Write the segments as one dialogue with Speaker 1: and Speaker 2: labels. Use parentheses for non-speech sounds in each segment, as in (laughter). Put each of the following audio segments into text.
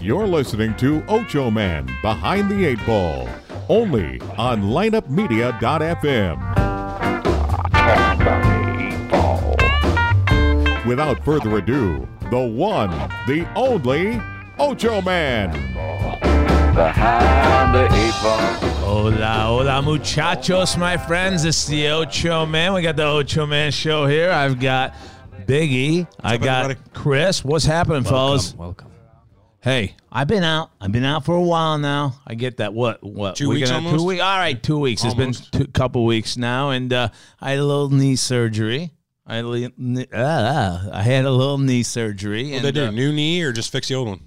Speaker 1: You're listening to Ocho Man Behind the Eight Ball, only on lineupmedia.fm. Without further ado, the one, the only Ocho Man.
Speaker 2: Behind the eight ball.
Speaker 3: Hola, hola, muchachos, my friends. It's the Ocho Man. We got the Ocho Man show here. I've got Biggie. I
Speaker 4: up,
Speaker 3: got
Speaker 4: everybody?
Speaker 3: Chris. What's happening, fellas?
Speaker 5: Welcome.
Speaker 3: Hey, I've been out. I've been out for a while now. I get that. What? What?
Speaker 4: Two weeks
Speaker 3: gonna-
Speaker 4: almost?
Speaker 3: Two weeks. All right, two weeks. It's
Speaker 4: Almost.
Speaker 3: been a couple weeks now, and uh, I had a little knee surgery. I, li- kn- ah, I had a little knee surgery.
Speaker 4: What
Speaker 3: and,
Speaker 4: they do?
Speaker 3: uh,
Speaker 4: new knee or just fix the old one?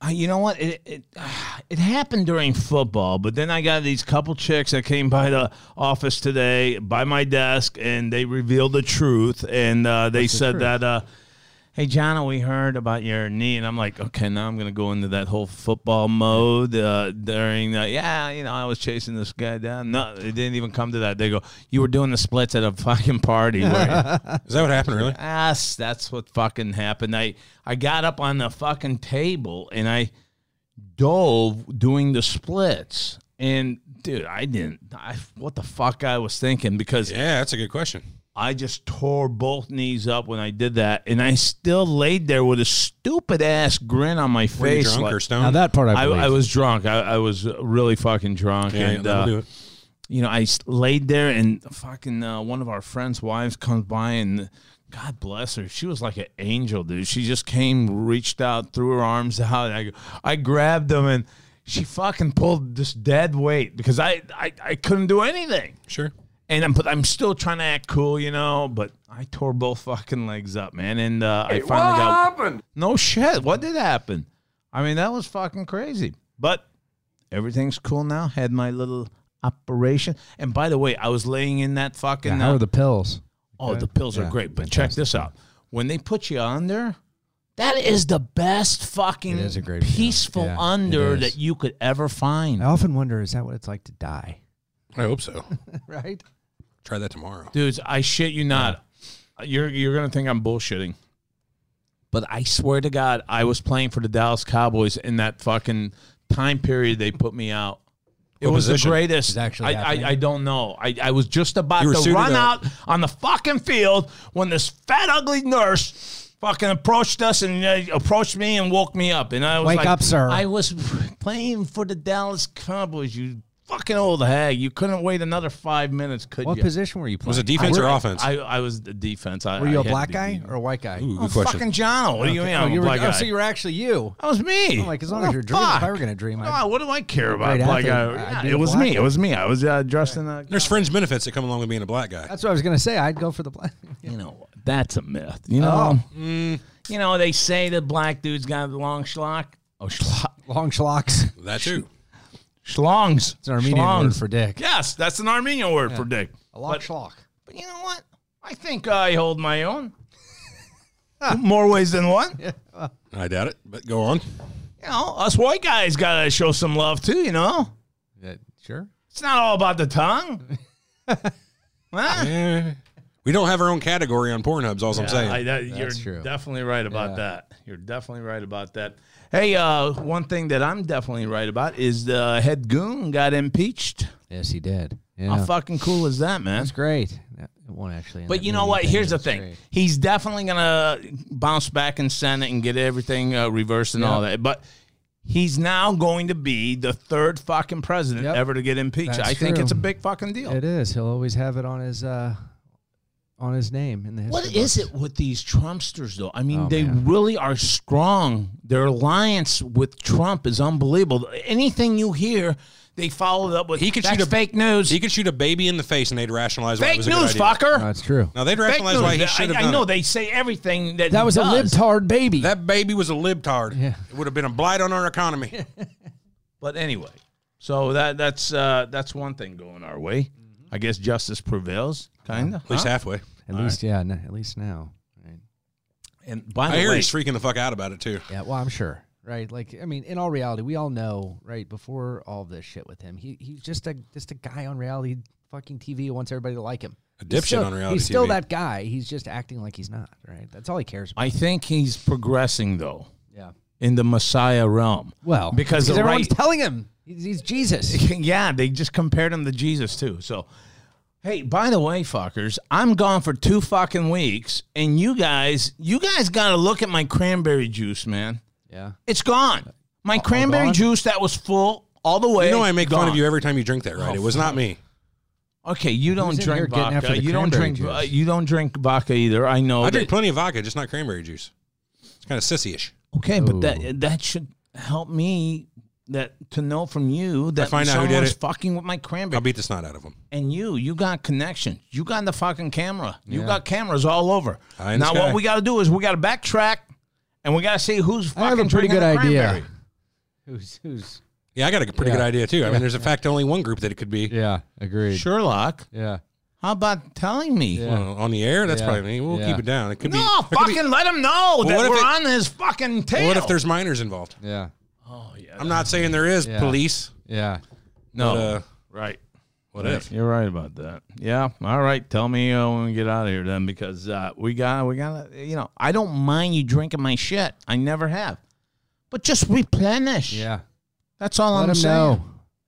Speaker 3: I- Uh, you know what? It it, (sighs) it happened during football, but then I got these couple chicks that came by the office today, by my desk, and they revealed the truth, and uh, they said that. Uh, Hey, John, we heard about your knee, and I'm like, okay, now I'm gonna go into that whole football mode uh, during. The, yeah, you know, I was chasing this guy down. No, it didn't even come to that. They go, you were doing the splits at a (laughs) fucking party. Where,
Speaker 4: Is that what happened? Really?
Speaker 3: ass. That's what fucking happened. I I got up on the fucking table and I dove doing the splits. And dude, I didn't. I what the fuck I was thinking because
Speaker 4: Yeah, that's a good question.
Speaker 3: I just tore both knees up when I did that, and I still laid there with a stupid ass grin on my
Speaker 4: Were you
Speaker 3: face.
Speaker 4: drunk
Speaker 3: like-
Speaker 4: or stoned?
Speaker 5: Now that part I
Speaker 3: I,
Speaker 5: believe.
Speaker 3: I was drunk. I, I was really fucking drunk.
Speaker 4: yeah,
Speaker 3: and,
Speaker 4: that'll
Speaker 3: uh,
Speaker 4: do it.
Speaker 3: you know, I s- laid there and fucking uh, one of our friends' wives comes by and God bless her. She was like an angel, dude. She just came, reached out, threw her arms out. And I, go- I grabbed them and she fucking pulled this dead weight because I, I, I couldn't do anything.
Speaker 4: Sure.
Speaker 3: And I'm, but I'm still trying to act cool, you know, but I tore both fucking legs up, man. And uh, I finally got.
Speaker 2: happened?
Speaker 3: No shit. What did happen? I mean, that was fucking crazy. But everything's cool now. Had my little operation. And by the way, I was laying in that fucking.
Speaker 5: Yeah, how
Speaker 3: uh,
Speaker 5: are the pills?
Speaker 3: oh, the pills are
Speaker 5: Yeah,
Speaker 3: great. But check this out. When they put you under, that is the best fucking
Speaker 5: It is a great feeling.
Speaker 3: peaceful
Speaker 5: Yeah, it
Speaker 3: under
Speaker 5: is.
Speaker 3: that you could ever find.
Speaker 5: I often wonder, is that what it's like
Speaker 3: (laughs)
Speaker 5: to die?
Speaker 4: I hope so.
Speaker 5: Right?
Speaker 4: Try that
Speaker 3: (laughs)
Speaker 4: tomorrow.
Speaker 3: Dudes, I shit you not. You're you're gonna think I'm bullshitting. But I swear to God, I was playing for the Dallas Cowboys in that fucking time period they put me out. It
Speaker 4: What
Speaker 3: was
Speaker 4: position?
Speaker 3: the greatest.
Speaker 5: Is it actually
Speaker 3: I,
Speaker 5: happening?
Speaker 3: I, I don't know. I, I was just about
Speaker 4: You were
Speaker 3: to
Speaker 4: suited
Speaker 3: run
Speaker 4: up.
Speaker 3: out on the fucking field when this fat ugly nurse fucking approached us and uh, approached me and woke me up. And I was
Speaker 5: Wake
Speaker 3: like,
Speaker 5: up, sir.
Speaker 3: I was playing for the Dallas Cowboys. You fucking old hag. You couldn't wait another five minutes, could
Speaker 5: What
Speaker 3: you?
Speaker 5: position were you playing?
Speaker 4: Was it defense or offense?
Speaker 3: I, I was the defense. I,
Speaker 5: Were you
Speaker 3: a
Speaker 5: a black guy or a white guy?
Speaker 4: Ooh,
Speaker 3: I'm
Speaker 4: good question.
Speaker 3: fucking Jono. What do you mean?
Speaker 5: Oh,
Speaker 3: I'm
Speaker 5: you
Speaker 3: a
Speaker 5: were,
Speaker 3: black
Speaker 5: oh,
Speaker 3: guy.
Speaker 5: so you were actually you.
Speaker 3: that was me.
Speaker 5: I'm like, as long
Speaker 3: What
Speaker 5: as
Speaker 3: the
Speaker 5: you're dreaming, if I
Speaker 3: fuck?
Speaker 5: were going to dream, I'd,
Speaker 3: No, what do I care about?
Speaker 5: Great
Speaker 3: Black
Speaker 5: athlete.
Speaker 3: guy.
Speaker 5: I'd
Speaker 3: Yeah,
Speaker 5: be
Speaker 3: it
Speaker 5: the
Speaker 3: was
Speaker 5: black
Speaker 3: me. It
Speaker 5: guy.
Speaker 3: was me. I was uh, dressed in a.
Speaker 4: There's fringe benefits that come along with being a black guy.
Speaker 5: that's what I was going to say. I'd go for the black. (laughs)
Speaker 3: You know, that's a myth. You know,
Speaker 5: Oh.
Speaker 3: you know they say the black dude's got a long schlock. Oh, schlock.
Speaker 5: Long (laughs) schlocks.
Speaker 4: That too.
Speaker 3: Schlongs.
Speaker 5: It's an Armenian word for dick.
Speaker 3: Yes, that's an Armenian word for dick.
Speaker 5: A long schlock.
Speaker 3: But you know what? I think I hold my
Speaker 5: (laughs)
Speaker 3: own. More ways than one.
Speaker 4: I doubt it, but go on.
Speaker 3: You know, us white guys gotta show some love too. You know.
Speaker 5: Yeah, sure.
Speaker 3: It's not all about the (laughs) tongue. Huh?
Speaker 4: Eh, we don't have our own category on Pornhub's. All I'm saying.
Speaker 3: I- that- you're
Speaker 5: true.
Speaker 3: definitely right about
Speaker 5: Yeah.
Speaker 3: that. You're definitely right about that. Hey, uh, one thing that I'm definitely right about is the head goon got impeached.
Speaker 5: Yes, he did. Yeah.
Speaker 3: How fucking cool is that, man?
Speaker 5: That's great. That it won't actually. end
Speaker 3: But
Speaker 5: up
Speaker 3: you
Speaker 5: being
Speaker 3: know what?
Speaker 5: anything.
Speaker 3: Here's the
Speaker 5: It's
Speaker 3: thing.
Speaker 5: great.
Speaker 3: He's definitely gonna bounce back in Senate and get everything uh, reversed and all that. But he's now going to be the third fucking president
Speaker 5: Yep.
Speaker 3: ever to get impeached.
Speaker 5: That's
Speaker 3: I think
Speaker 5: true.
Speaker 3: it's a big fucking deal.
Speaker 5: It is. He'll always have it on his uh, on his name in the history.
Speaker 3: What is
Speaker 5: books.
Speaker 3: it with these Trumpsters, though? I mean,
Speaker 5: Oh,
Speaker 3: they
Speaker 5: man.
Speaker 3: really are strong. Their alliance with Trump is unbelievable. Anything you hear, they follow it up with.
Speaker 4: He could
Speaker 3: "That's
Speaker 4: shoot a-
Speaker 3: fake news.
Speaker 4: He could shoot a baby in the face, and they'd rationalize why it
Speaker 3: fake
Speaker 4: was a good
Speaker 3: news,
Speaker 4: idea.
Speaker 5: No,
Speaker 3: fucker.
Speaker 5: it's true.
Speaker 4: Now they'd
Speaker 3: Fake
Speaker 4: rationalize
Speaker 3: news.
Speaker 4: why he
Speaker 3: I,
Speaker 4: should have
Speaker 3: I
Speaker 4: done
Speaker 3: know
Speaker 4: it.
Speaker 3: they say everything that
Speaker 5: That was a
Speaker 3: he does.
Speaker 5: libtard baby.
Speaker 4: That baby was a libtard.
Speaker 5: Yeah.
Speaker 4: It would have been a blight on our economy.
Speaker 3: But anyway, so that that's uh, that's one thing going our way. I guess justice prevails, kind of.
Speaker 4: At least halfway.
Speaker 5: at least, yeah. n- at least now. Right.
Speaker 3: And by
Speaker 4: I
Speaker 3: the
Speaker 4: hear
Speaker 3: way,
Speaker 4: he's freaking the fuck out about it too.
Speaker 5: Yeah. Well, I'm sure. Right. Like, I mean, in all reality, we all know. Right. Before all this shit with him, he he's just a just a guy on reality fucking TV who wants everybody to like him.
Speaker 4: A
Speaker 5: He's
Speaker 4: dipshit
Speaker 5: still-
Speaker 4: on reality
Speaker 5: He's still
Speaker 4: TV.
Speaker 5: that guy. He's just acting like he's not. Right. That's all he cares about.
Speaker 3: I think he's progressing though.
Speaker 5: Yeah.
Speaker 3: in the Messiah realm.
Speaker 5: Well,
Speaker 3: because the
Speaker 5: everyone's
Speaker 3: right,
Speaker 5: telling him he's, he's Jesus. (laughs)
Speaker 3: yeah, they just compared him to Jesus too. So, hey, by the way, fuckers, I'm gone for two fucking weeks, and you guys, you guys got to look at my cranberry juice, man.
Speaker 5: yeah.
Speaker 3: It's gone. My cranberry
Speaker 5: gone?
Speaker 3: juice that was full all the way.
Speaker 4: You know I make fun
Speaker 3: gone.
Speaker 4: of you every time you drink that, right? it was
Speaker 5: Oh,
Speaker 4: not me.
Speaker 3: Okay, you don't
Speaker 5: Who's in here
Speaker 3: drink
Speaker 5: getting after
Speaker 3: vodka.
Speaker 5: the
Speaker 3: You don't
Speaker 5: cranberry
Speaker 3: drink.
Speaker 5: juice?
Speaker 3: Uh, you don't drink vodka either. I
Speaker 5: oh,
Speaker 3: know.
Speaker 4: I
Speaker 3: that-
Speaker 4: drink plenty of vodka, just not cranberry juice. It's kind of sissy-ish.
Speaker 3: Okay, but that that should help me that to know from you that
Speaker 4: find out who did
Speaker 3: someone's
Speaker 4: it.
Speaker 3: fucking with my cranberry.
Speaker 4: I'll beat the snot out of them.
Speaker 3: and you, you got connections. You got the fucking camera. You got cameras all over.
Speaker 4: Eye in the
Speaker 3: Now what
Speaker 4: sky.
Speaker 3: we got to do is we got to backtrack, and we got to see who's fucking
Speaker 5: I have a pretty
Speaker 3: drinking
Speaker 5: good
Speaker 3: the
Speaker 5: idea.
Speaker 3: cranberry.
Speaker 5: Who's who's?
Speaker 4: Yeah, I got a pretty
Speaker 5: Yeah.
Speaker 4: good idea too. I mean, there's a fact only one group that it could be
Speaker 5: Yeah, agreed.
Speaker 3: Sherlock,
Speaker 5: Yeah,
Speaker 3: how about telling me?
Speaker 5: Yeah.
Speaker 4: Well, uh, on the air. That's
Speaker 5: Yeah.
Speaker 4: probably me. We'll
Speaker 5: Yeah.
Speaker 4: keep it down. It could be.
Speaker 3: No,
Speaker 4: it could be-
Speaker 3: fucking let him know that
Speaker 4: what if
Speaker 3: we're
Speaker 4: it-
Speaker 3: on his fucking tail.
Speaker 4: Well, what if there's minors involved?
Speaker 5: yeah,
Speaker 4: I'm not saying there is
Speaker 5: Yeah.
Speaker 4: police.
Speaker 5: yeah.
Speaker 3: no?
Speaker 4: But, uh,
Speaker 3: right.
Speaker 4: what
Speaker 3: Right.
Speaker 4: if?
Speaker 3: You're right about that. Yeah. All right. Tell me uh, when we get out of here then, because uh, we got we got you know I don't mind you drinking my shit. I never have, but just replenish.
Speaker 5: Yeah.
Speaker 3: That's all
Speaker 5: Let
Speaker 3: I'm
Speaker 5: him
Speaker 3: saying.
Speaker 5: know.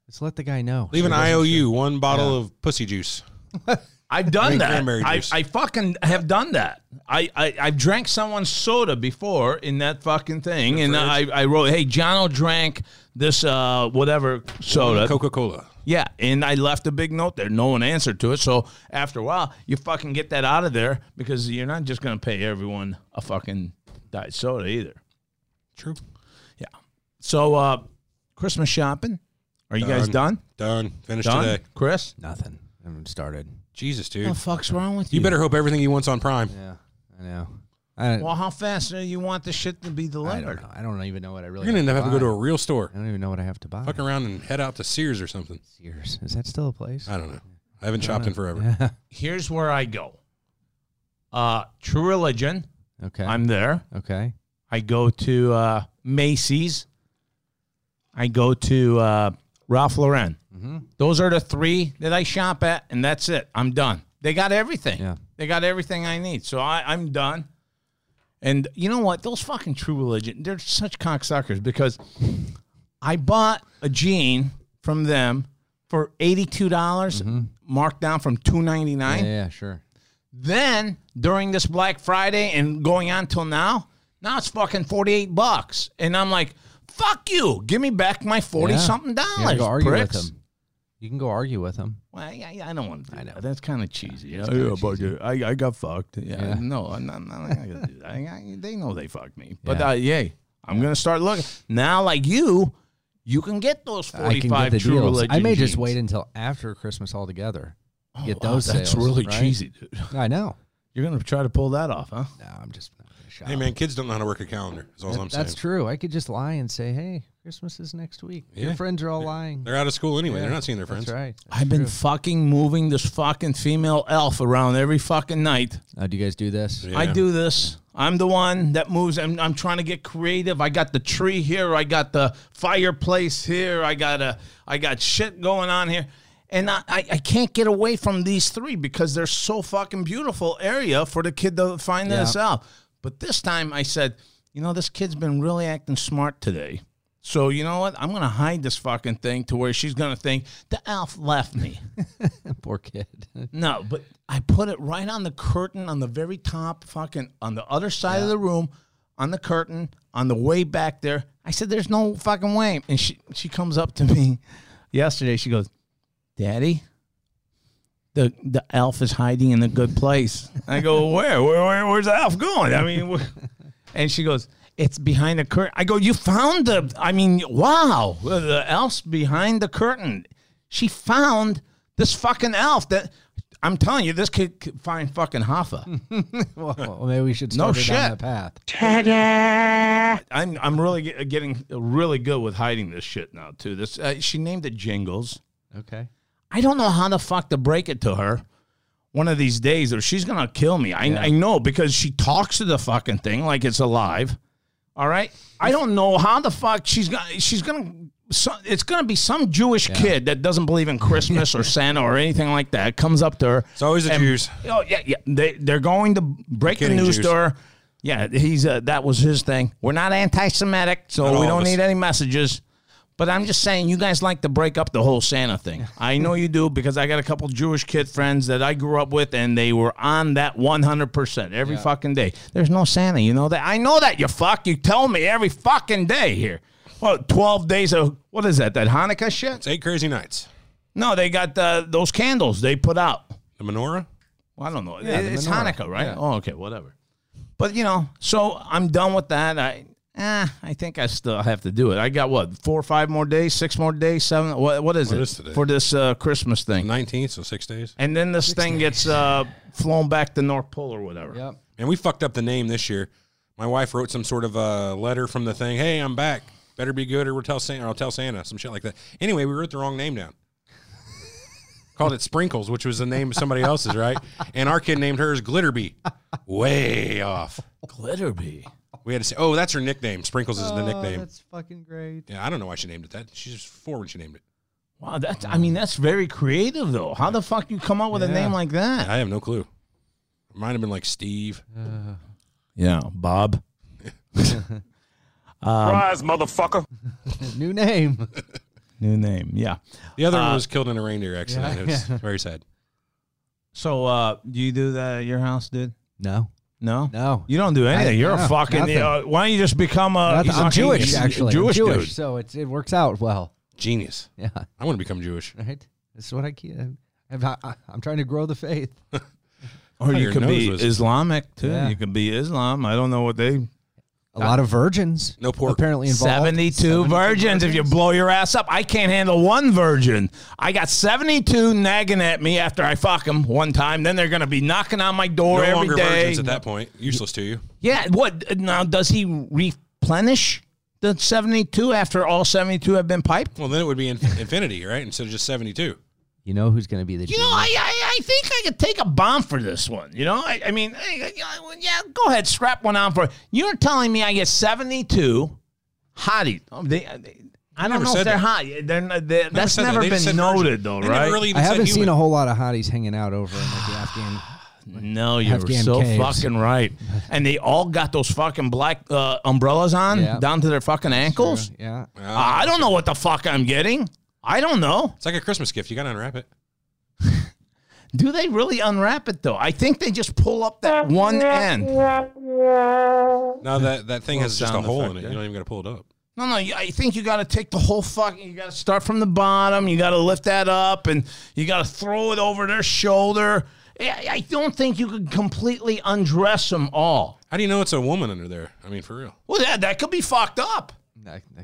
Speaker 5: Just let the guy know.
Speaker 4: Leave an IOU, one bottle of pussy juice.
Speaker 3: I've done
Speaker 4: Drink
Speaker 3: that.
Speaker 4: cranberry
Speaker 3: I,
Speaker 4: juice.
Speaker 3: I fucking have done that. I, I I've drank someone's soda before in that fucking thing, and I I wrote, hey, Jono drank this uh whatever soda.
Speaker 4: Coca Cola.
Speaker 3: Yeah, and I left a big note there. No one answered to it. So after a while, you fucking get that out of there because you're not just going to pay everyone a fucking diet soda either.
Speaker 4: True.
Speaker 3: Yeah. So uh Christmas shopping. Are you guys done?
Speaker 4: Done. Finished
Speaker 3: Done?
Speaker 4: today.
Speaker 3: Chris?
Speaker 5: Nothing. I haven't started.
Speaker 4: Jesus, dude.
Speaker 3: What the fuck's wrong with you?
Speaker 4: you better hope everything he wants on Prime.
Speaker 5: Oh, Yeah, I know. I,
Speaker 3: Well, how fast do you want the shit to be
Speaker 5: I don't
Speaker 3: delivered?
Speaker 5: know. I don't even know what I really.
Speaker 4: You're gonna end up
Speaker 5: have
Speaker 4: having to
Speaker 5: buy.
Speaker 4: go to a real store.
Speaker 5: I don't even know what I have to buy.
Speaker 4: Fuck around and head out to Sears or something.
Speaker 5: Sears. Is that still
Speaker 4: (laughs)
Speaker 5: a place?
Speaker 4: I don't know. I haven't shopped in forever.
Speaker 3: Here's where I go. Uh True Religion.
Speaker 5: (laughs) okay.
Speaker 3: I'm there.
Speaker 5: okay.
Speaker 3: I go to uh, Macy's. I go to uh, Ralph Lauren. Those are the three that I shop at, and that's it. I'm done. They got everything.
Speaker 5: Yeah.
Speaker 3: They got everything I need. So I, I'm done. And you know what? Those fucking True Religion, they're such cocksuckers because I bought a jean from them for $82, dollars marked down from $2.99.
Speaker 5: Yeah, yeah, sure.
Speaker 3: Then during this Black Friday and going on till now, now it's fucking 48 bucks. And I'm like, fuck you. Give me back my 40
Speaker 5: Yeah.
Speaker 3: something
Speaker 5: You
Speaker 3: dollars.
Speaker 5: gotta go argue
Speaker 3: pricks.
Speaker 5: with him. You can go argue with him.
Speaker 3: Well, I, I- I don't want to do
Speaker 5: I
Speaker 3: I
Speaker 5: know.
Speaker 3: know. That's kind of cheesy. Yeah, yeah, but uh, I, I got fucked. Yeah,
Speaker 5: Yeah.
Speaker 3: No, I'm not, I'm not going to do that. I, I, they know they fucked me. But
Speaker 5: Yeah.
Speaker 3: yeah, uh, yay, I'm going to start looking. Now, like you, you can get those
Speaker 5: I can
Speaker 3: 45
Speaker 5: get the
Speaker 3: true
Speaker 5: deals.
Speaker 3: religion
Speaker 5: I may just
Speaker 3: jeans.
Speaker 5: wait until after Christmas altogether.
Speaker 4: Oh,
Speaker 5: to Get
Speaker 3: Wow,
Speaker 5: those.
Speaker 3: That's
Speaker 5: sales,
Speaker 3: really
Speaker 5: right?
Speaker 3: cheesy, dude.
Speaker 5: (laughs) I know.
Speaker 3: You're going to try to pull that off, huh?
Speaker 5: No, I'm just not gonna shop.
Speaker 4: Hey man, kids don't know how to work a calendar. Is all
Speaker 5: That-
Speaker 4: I'm saying.
Speaker 5: that's true. I could just lie and say, "Hey, Christmas is next week." Your
Speaker 4: Yeah.
Speaker 5: friends are all lying.
Speaker 4: They're out of school anyway.
Speaker 5: Yeah,
Speaker 4: They're not seeing their friends.
Speaker 5: That's right.
Speaker 3: I've been fucking moving this fucking female elf around every fucking night.
Speaker 5: Uh, do you guys do this?
Speaker 4: Yeah.
Speaker 3: I do this. I'm the one that moves. I'm, I'm trying to get creative. I got the tree here. I got the fireplace here. I got a I got shit going on here. And I, I, I can't get away from these three because they're so fucking beautiful area for the kid to find
Speaker 5: Yeah.
Speaker 3: this out. But this time I said, you know, this kid's been really acting smart today. So you know what? I'm gonna hide this fucking thing to where she's gonna think the elf left me.
Speaker 5: (laughs) Poor
Speaker 4: (laughs)
Speaker 5: kid. (laughs)
Speaker 3: No, but I put it right on the curtain on the very top, fucking on the other side of the room, on the curtain, on the way back there. I said, There's no fucking way. And she, she comes up to me yesterday. She goes, Daddy, the the elf is hiding in a good place. I go, Where? Where, where where's the elf going? I mean, wh- and she goes, It's behind the curtain. I go, You found the, I mean, wow, the elf's behind the curtain. She found this fucking elf that I'm telling you, this kid could find fucking Hoffa.
Speaker 5: well, well, maybe we should
Speaker 3: No
Speaker 5: start her down
Speaker 3: shit.
Speaker 5: that path.
Speaker 3: I'm I'm really get- getting really good with hiding this shit now too. This uh, she named it Jingles.
Speaker 5: Okay.
Speaker 3: I don't know how the fuck to break it to her one of these days, or she's gonna kill me. I, I know because she talks to the fucking thing like it's alive. All right, I don't know how the fuck she's gonna she's gonna. So, it's gonna be some Jewish kid that doesn't believe in Christmas or Santa or anything like that comes up to her.
Speaker 4: It's always the
Speaker 3: and-
Speaker 4: Jews.
Speaker 3: Oh yeah, yeah. They they're going to break the
Speaker 4: Kidding,
Speaker 3: news
Speaker 4: Jews.
Speaker 3: to her. Yeah, he's uh, that was his thing. We're not anti-Semitic, so
Speaker 4: Not all
Speaker 3: we
Speaker 4: of
Speaker 3: don't
Speaker 4: us.
Speaker 3: need any messages. But I'm just saying, you guys like to break up the whole Santa thing. I know you do because I got a couple Jewish kid friends that I grew up with, and they were on that 100% every fucking day. There's no Santa, you know that? I know that, you fuck. You tell me every fucking day here. What, 12 days of, what is that, that Hanukkah shit?
Speaker 4: It's eight crazy nights.
Speaker 3: No, they got uh, those candles they put out.
Speaker 4: The menorah.
Speaker 3: Well, I don't know.
Speaker 5: Yeah, the
Speaker 3: it's
Speaker 5: menorah.
Speaker 3: Hanukkah, right?
Speaker 5: Yeah.
Speaker 3: Oh, okay, whatever. But you know, so I'm done with that. I eh, I think I still have to do it. I got what four or five more days, six more days, seven. What what is it
Speaker 4: is today?
Speaker 3: for this uh, Christmas thing?
Speaker 4: Nineteenth, so six days.
Speaker 3: And then this thing gets uh, flown back to North Pole or whatever.
Speaker 5: Yep.
Speaker 4: And we fucked up the name this year. My wife wrote some sort of a letter from the thing. Hey, I'm back. Better be good, or we'll tell Santa. Or I'll tell Santa some shit like that. Anyway, we wrote the wrong name
Speaker 5: (laughs)
Speaker 4: down. Called it Sprinkles, which was the name of somebody else's, right? And our kid named hers Glitterbee. Way off.
Speaker 3: Glitterbee.
Speaker 4: We had to say, oh, that's her nickname. Sprinkles is the nickname.
Speaker 5: Oh, that's fucking great.
Speaker 4: Yeah, I don't know why she named it that. She was four when she named it.
Speaker 3: Wow, that's I mean that's very creative though. How the fuck you come up with a
Speaker 5: Yeah.
Speaker 3: name like that?
Speaker 4: I have no clue. Might have been like Steve.
Speaker 3: Yeah, Bob.
Speaker 5: New name. (laughs)
Speaker 3: New name. Yeah.
Speaker 4: The other
Speaker 3: Uh,
Speaker 4: one was killed in a reindeer accident.
Speaker 5: Yeah,
Speaker 4: it was very sad.
Speaker 3: So uh, do you do that at your house, dude?
Speaker 5: No.
Speaker 3: No.
Speaker 5: No.
Speaker 3: You don't do anything.
Speaker 5: I-
Speaker 3: You're
Speaker 5: no,
Speaker 3: a fucking.
Speaker 5: nothing.
Speaker 3: uh, why don't you just become a?
Speaker 5: Nothing. I'm
Speaker 3: fucking-
Speaker 5: Jewish, actually. I'm
Speaker 3: Jewish,
Speaker 5: Jewish
Speaker 3: dude.
Speaker 5: so it, it works out well. (laughs)
Speaker 4: Genius.
Speaker 5: Yeah.
Speaker 4: I want to become Jewish.
Speaker 5: Right? That's what I can. I'm, I, I'm trying to grow the faith.
Speaker 3: Or you
Speaker 4: Oh, Your
Speaker 3: could
Speaker 4: nose
Speaker 3: be
Speaker 4: was-
Speaker 3: Islamic too.
Speaker 5: Yeah.
Speaker 3: You could be Islam. I don't know what they.
Speaker 5: A lot of virgins.
Speaker 4: No pork.
Speaker 5: Apparently involved.
Speaker 3: 72, virgins. If you blow your ass up, I can't handle one virgin. I got 72 nagging at me after I fuck them one time. Then they're going to be knocking on my door
Speaker 4: no
Speaker 3: every
Speaker 4: longer
Speaker 3: day.
Speaker 4: virgins at that point. Useless to you.
Speaker 3: yeah. What now? Does he replenish the 72 after all 72 have been piped?
Speaker 4: Well, then it would be in, infinity, right? Instead of just 72.
Speaker 5: You know who's going to be the
Speaker 3: You know, I, I, I think I could take a bomb for this one. You know, I, I mean, I- I- yeah, go ahead, strap one on for You're telling me I get 72 hotties. Oh, they- they- I don't
Speaker 4: never
Speaker 3: know if
Speaker 4: said
Speaker 3: they're
Speaker 4: that.
Speaker 3: hot. They're, not- they- that's
Speaker 4: said that.
Speaker 3: never
Speaker 4: They just
Speaker 3: been
Speaker 4: said virgin.
Speaker 3: noted, though,
Speaker 4: They
Speaker 3: right?
Speaker 4: never really even
Speaker 5: I haven't
Speaker 4: said
Speaker 5: seen a
Speaker 4: human.
Speaker 5: whole lot of hotties hanging out over in like the Afghan.
Speaker 3: no, you're
Speaker 5: Afghan
Speaker 3: so
Speaker 5: caves.
Speaker 3: fucking right. And they all got those fucking black uh, umbrellas on
Speaker 5: Yeah.
Speaker 3: down to their fucking ankles.
Speaker 5: Yeah.
Speaker 3: I don't know what the fuck I'm getting. I don't know.
Speaker 4: It's like a Christmas gift. You got to unwrap it.
Speaker 3: Do they really unwrap it though? I think they just pull up that one end.
Speaker 4: No, that, that thing has just a
Speaker 3: sound
Speaker 4: hole
Speaker 3: effect,
Speaker 4: in it.
Speaker 3: yeah.
Speaker 4: You don't even got to pull it up.
Speaker 3: No, no. you- I think you got to take the whole fucking. You got to start from the bottom. You got to lift that up, and you got to throw it over their shoulder. I I don't think you could completely undress them all.
Speaker 4: How do you know it's a woman under there? I mean, for real.
Speaker 3: Well, that that could be fucked up.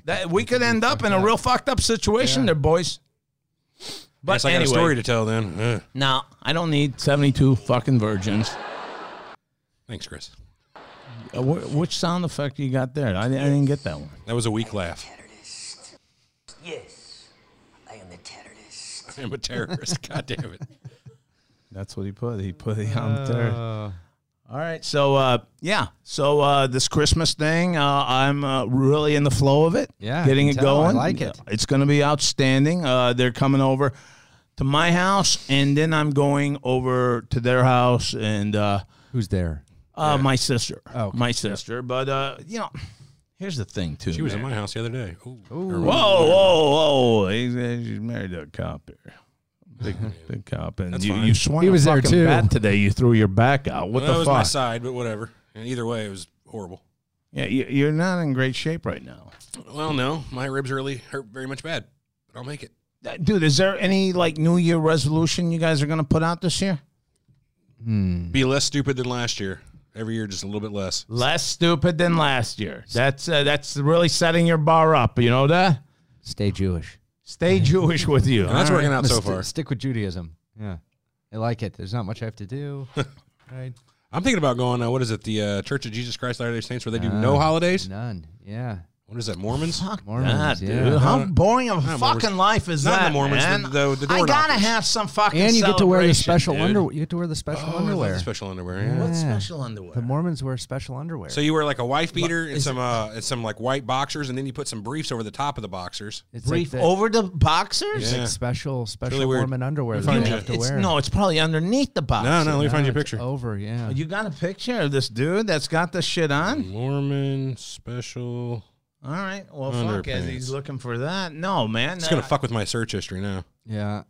Speaker 3: That we could end up in a real fucked up situation there, boys. But
Speaker 4: Yes, I
Speaker 3: anyway,
Speaker 4: got a story to tell then. Ugh.
Speaker 3: no, I don't need seventy-two fucking virgins.
Speaker 4: Thanks, Chris.
Speaker 3: Uh, wh- which sound effect you got there? I, I didn't get that one.
Speaker 4: That was a weak laugh.
Speaker 6: terrorist. Yes, I am a terrorist.
Speaker 4: I'm a
Speaker 6: (laughs)
Speaker 4: terrorist. God damn it.
Speaker 3: That's what he put. He put it on there.
Speaker 5: Uh.
Speaker 3: All right. So uh, yeah. So uh, this Christmas thing, uh, I'm uh, really in the flow of it.
Speaker 5: Yeah, I
Speaker 3: getting it
Speaker 5: can tell. I
Speaker 3: going.
Speaker 5: like it.
Speaker 3: It's going to be outstanding. Uh, they're coming over to my house, and then I'm going over to their house, and uh,
Speaker 5: Who's there?
Speaker 3: uh, my sister,
Speaker 5: Oh, okay.
Speaker 3: my sister. But uh, you know, here's the thing too.
Speaker 4: She was in
Speaker 3: man.
Speaker 4: my house the other day. Ooh.
Speaker 3: Whoa, whoa, whoa! He's, he's married to a cop here. Big, big cop, and
Speaker 4: That's
Speaker 3: you,
Speaker 4: fine.
Speaker 3: you swung
Speaker 5: He was
Speaker 3: a
Speaker 5: there,
Speaker 3: fucking
Speaker 5: too.
Speaker 3: bat today. You threw your back out. What
Speaker 4: Well, that
Speaker 3: the
Speaker 4: was
Speaker 3: fuck?
Speaker 4: my side, but whatever. And either way, it was horrible.
Speaker 3: Yeah, you- you're not in great shape right now.
Speaker 4: Well, no, my ribs really hurt very much bad, but I'll make it.
Speaker 3: Uh, Dude, is there any like New Year resolution you guys are going to put out this year?
Speaker 4: Be less stupid than last year. Every year, just a little bit less.
Speaker 3: Less stupid than last year. That's uh, that's really setting your bar up. You know that.
Speaker 5: Stay Jewish.
Speaker 3: Stay Jewish with you.
Speaker 4: And that's
Speaker 3: All
Speaker 4: working out so
Speaker 5: St-
Speaker 4: far.
Speaker 5: Stick with Judaism. Yeah. I like it. There's not much I have to do. right.
Speaker 4: I'm thinking about going. Uh, what is it? The uh, Church of Jesus Christ Latter Day Saints, where they do Uh, no holidays.
Speaker 5: None. Yeah.
Speaker 4: What is that? Mormons?
Speaker 3: Fuck that,
Speaker 5: Mormons,
Speaker 3: dude.
Speaker 5: yeah.
Speaker 3: How
Speaker 4: No,
Speaker 3: boring of a
Speaker 4: not
Speaker 3: fucking
Speaker 4: Mormons.
Speaker 3: life is
Speaker 4: Not the
Speaker 3: that,
Speaker 4: Mormons,
Speaker 3: man?
Speaker 4: the- the- the
Speaker 3: I
Speaker 4: door
Speaker 3: gotta
Speaker 4: knockers.
Speaker 3: have some fucking.
Speaker 5: and you get to wear the
Speaker 3: celebration,
Speaker 5: special
Speaker 3: dude.
Speaker 5: underwear. You get to wear the special
Speaker 4: Oh, I love the
Speaker 5: underwear.
Speaker 4: special underwear. yeah.
Speaker 5: Yeah.
Speaker 3: special underwear?
Speaker 5: The Mormons wear special underwear.
Speaker 4: So you wear like a wife beater and some uh and some like white boxers, and then you put some briefs over the top of the boxers.
Speaker 5: it's
Speaker 3: brief
Speaker 5: like the,
Speaker 3: over the boxers.
Speaker 5: it's like
Speaker 4: Yeah.
Speaker 5: special special
Speaker 4: really weird.
Speaker 5: Mormon underwear
Speaker 4: You
Speaker 5: that
Speaker 4: find
Speaker 5: they
Speaker 4: it-
Speaker 5: have to
Speaker 3: It's-
Speaker 5: wear.
Speaker 3: no, it's probably underneath the box.
Speaker 4: No, no, let me find you a
Speaker 5: it's
Speaker 4: picture.
Speaker 5: Over, yeah.
Speaker 3: You got a picture of this dude that's got the shit on?
Speaker 4: Mormon special.
Speaker 3: All right. Well, fuck, as
Speaker 4: Underpants.
Speaker 3: he's looking for that. No, man.
Speaker 4: Mm-hmm. It's gonna
Speaker 3: uh,
Speaker 4: fuck with my search history now.
Speaker 5: yeah.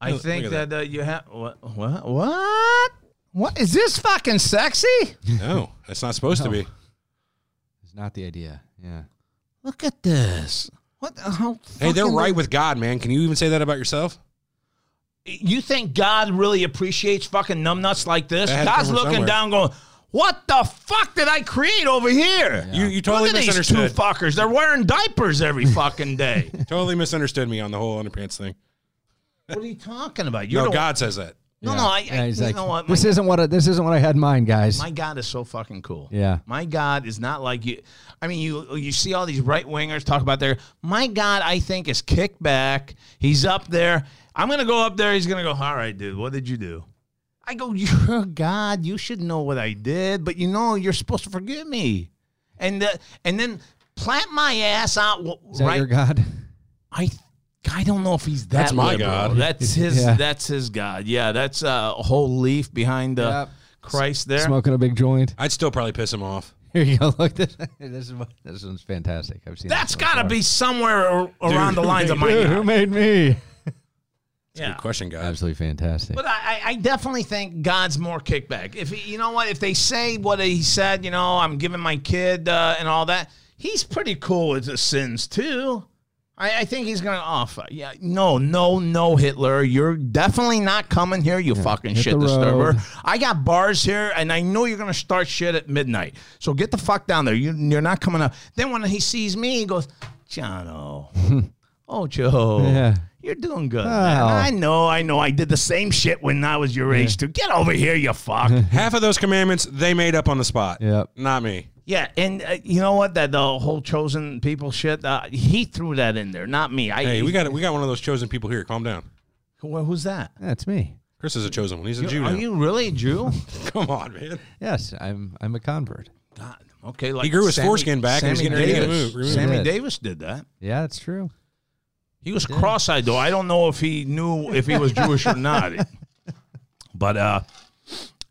Speaker 3: I
Speaker 4: Look-
Speaker 3: think
Speaker 4: look at
Speaker 3: that, uh, you have. What? What? What? What? Is this fucking sexy?
Speaker 4: No, that's not supposed to be.
Speaker 5: It's not the idea. Yeah.
Speaker 3: Look at this. What? the- How
Speaker 4: Hey, they're
Speaker 3: fucking-
Speaker 4: right with God, man. Can you even say that about yourself?
Speaker 3: You think God really appreciates fucking numbnuts like this?
Speaker 4: That had to
Speaker 3: God's
Speaker 4: come from
Speaker 3: looking
Speaker 4: somewhere.
Speaker 3: down, going, "What the fuck did I create over here?"
Speaker 4: You you
Speaker 3: Look
Speaker 4: totally
Speaker 3: at these two
Speaker 4: misunderstood.
Speaker 3: fuckers. They're wearing diapers
Speaker 4: (laughs)
Speaker 3: every fucking day.
Speaker 4: totally misunderstood me on the whole underpants thing.
Speaker 3: what are you talking about? You're
Speaker 4: No,
Speaker 3: the-
Speaker 4: God says that.
Speaker 3: No,
Speaker 5: Yeah.
Speaker 3: no. I,
Speaker 5: Yeah,
Speaker 3: I
Speaker 5: he's
Speaker 3: you
Speaker 5: like,
Speaker 3: know what? My
Speaker 5: This isn't what I, this isn't what I had in mind, guys.
Speaker 3: My God is so fucking cool.
Speaker 5: Yeah.
Speaker 3: My God is not like you. I mean, you you see all these right wingers talk about their. My God, I think is kicked back. He's up there. I'm gonna go up there. He's gonna go. All right, dude. What did you do? I go. You're a God. You should know what I did. But you know, you're supposed to forgive me. And uh, and then plant my ass out. w-
Speaker 5: Is that
Speaker 3: right.
Speaker 5: your God?
Speaker 3: I I don't know if he's that.
Speaker 4: That's my
Speaker 3: liberal.
Speaker 4: God.
Speaker 3: That's his.
Speaker 5: Yeah.
Speaker 3: That's his God. Yeah. That's uh, a whole leaf behind uh,
Speaker 5: Yep.
Speaker 3: Christ there.
Speaker 5: Smoking a big joint. (laughs)
Speaker 4: I'd still probably piss him off.
Speaker 5: Here you go. Look, this, this is what- this one's fantastic. I've seen.
Speaker 3: That's
Speaker 5: this
Speaker 3: got to
Speaker 5: one before.
Speaker 3: be somewhere ar- around the
Speaker 4: who
Speaker 3: lines of my
Speaker 5: Dude, (laughs) who
Speaker 3: God.
Speaker 5: made me?
Speaker 3: Yeah.
Speaker 4: Good question, God.
Speaker 5: Absolutely fantastic.
Speaker 3: But I, I- I definitely think God's more kickback. If he, you know what, if they say what he said, you know, I'm giving my kid uh, and all that. He's pretty cool with the sins too. I, I think he's gonna offer. Yeah, no, no, no, Hitler, you're definitely not coming here. You fucking
Speaker 5: hit
Speaker 3: shit
Speaker 5: the
Speaker 3: disturber.
Speaker 5: road.
Speaker 3: I got bars here, and I know you're gonna start shit at midnight. So get the fuck down there. You, you're not coming up. Then when he sees me, he goes, Jono,
Speaker 5: (laughs)
Speaker 3: oh Joe,
Speaker 5: Yeah.
Speaker 3: you're doing good. man.
Speaker 5: Oh.
Speaker 3: I know, I know. I did the same shit when I was your age too. Get over here, you
Speaker 4: (laughs)
Speaker 3: fuck.
Speaker 4: Half of those commandments they made up on the spot.
Speaker 5: Yep.
Speaker 4: Not me.
Speaker 3: yeah, and uh, you know what? That the whole chosen people shit. Uh, he threw that in there, not me. I,
Speaker 4: Hey, we got we got one of those chosen people here. Calm down.
Speaker 3: Who- who's that?
Speaker 5: That's me.
Speaker 4: Chris is a chosen one. He's a Jew.
Speaker 3: Are
Speaker 4: now.
Speaker 3: you really a Jew?
Speaker 4: (laughs) Come on, man.
Speaker 5: Yes, I'm. I'm a convert.
Speaker 3: God, okay. Like
Speaker 4: He grew his
Speaker 3: Sammy-
Speaker 4: foreskin back and he's
Speaker 3: Sammy
Speaker 4: getting ready to get it
Speaker 3: Davis.
Speaker 4: moved- removed.
Speaker 3: Sammy
Speaker 5: Yeah.
Speaker 3: Davis did that.
Speaker 5: Yeah, that's true.
Speaker 3: He was cross-eyed though. I don't know if he knew if he was Jewish or
Speaker 5: (laughs)
Speaker 3: not. But uh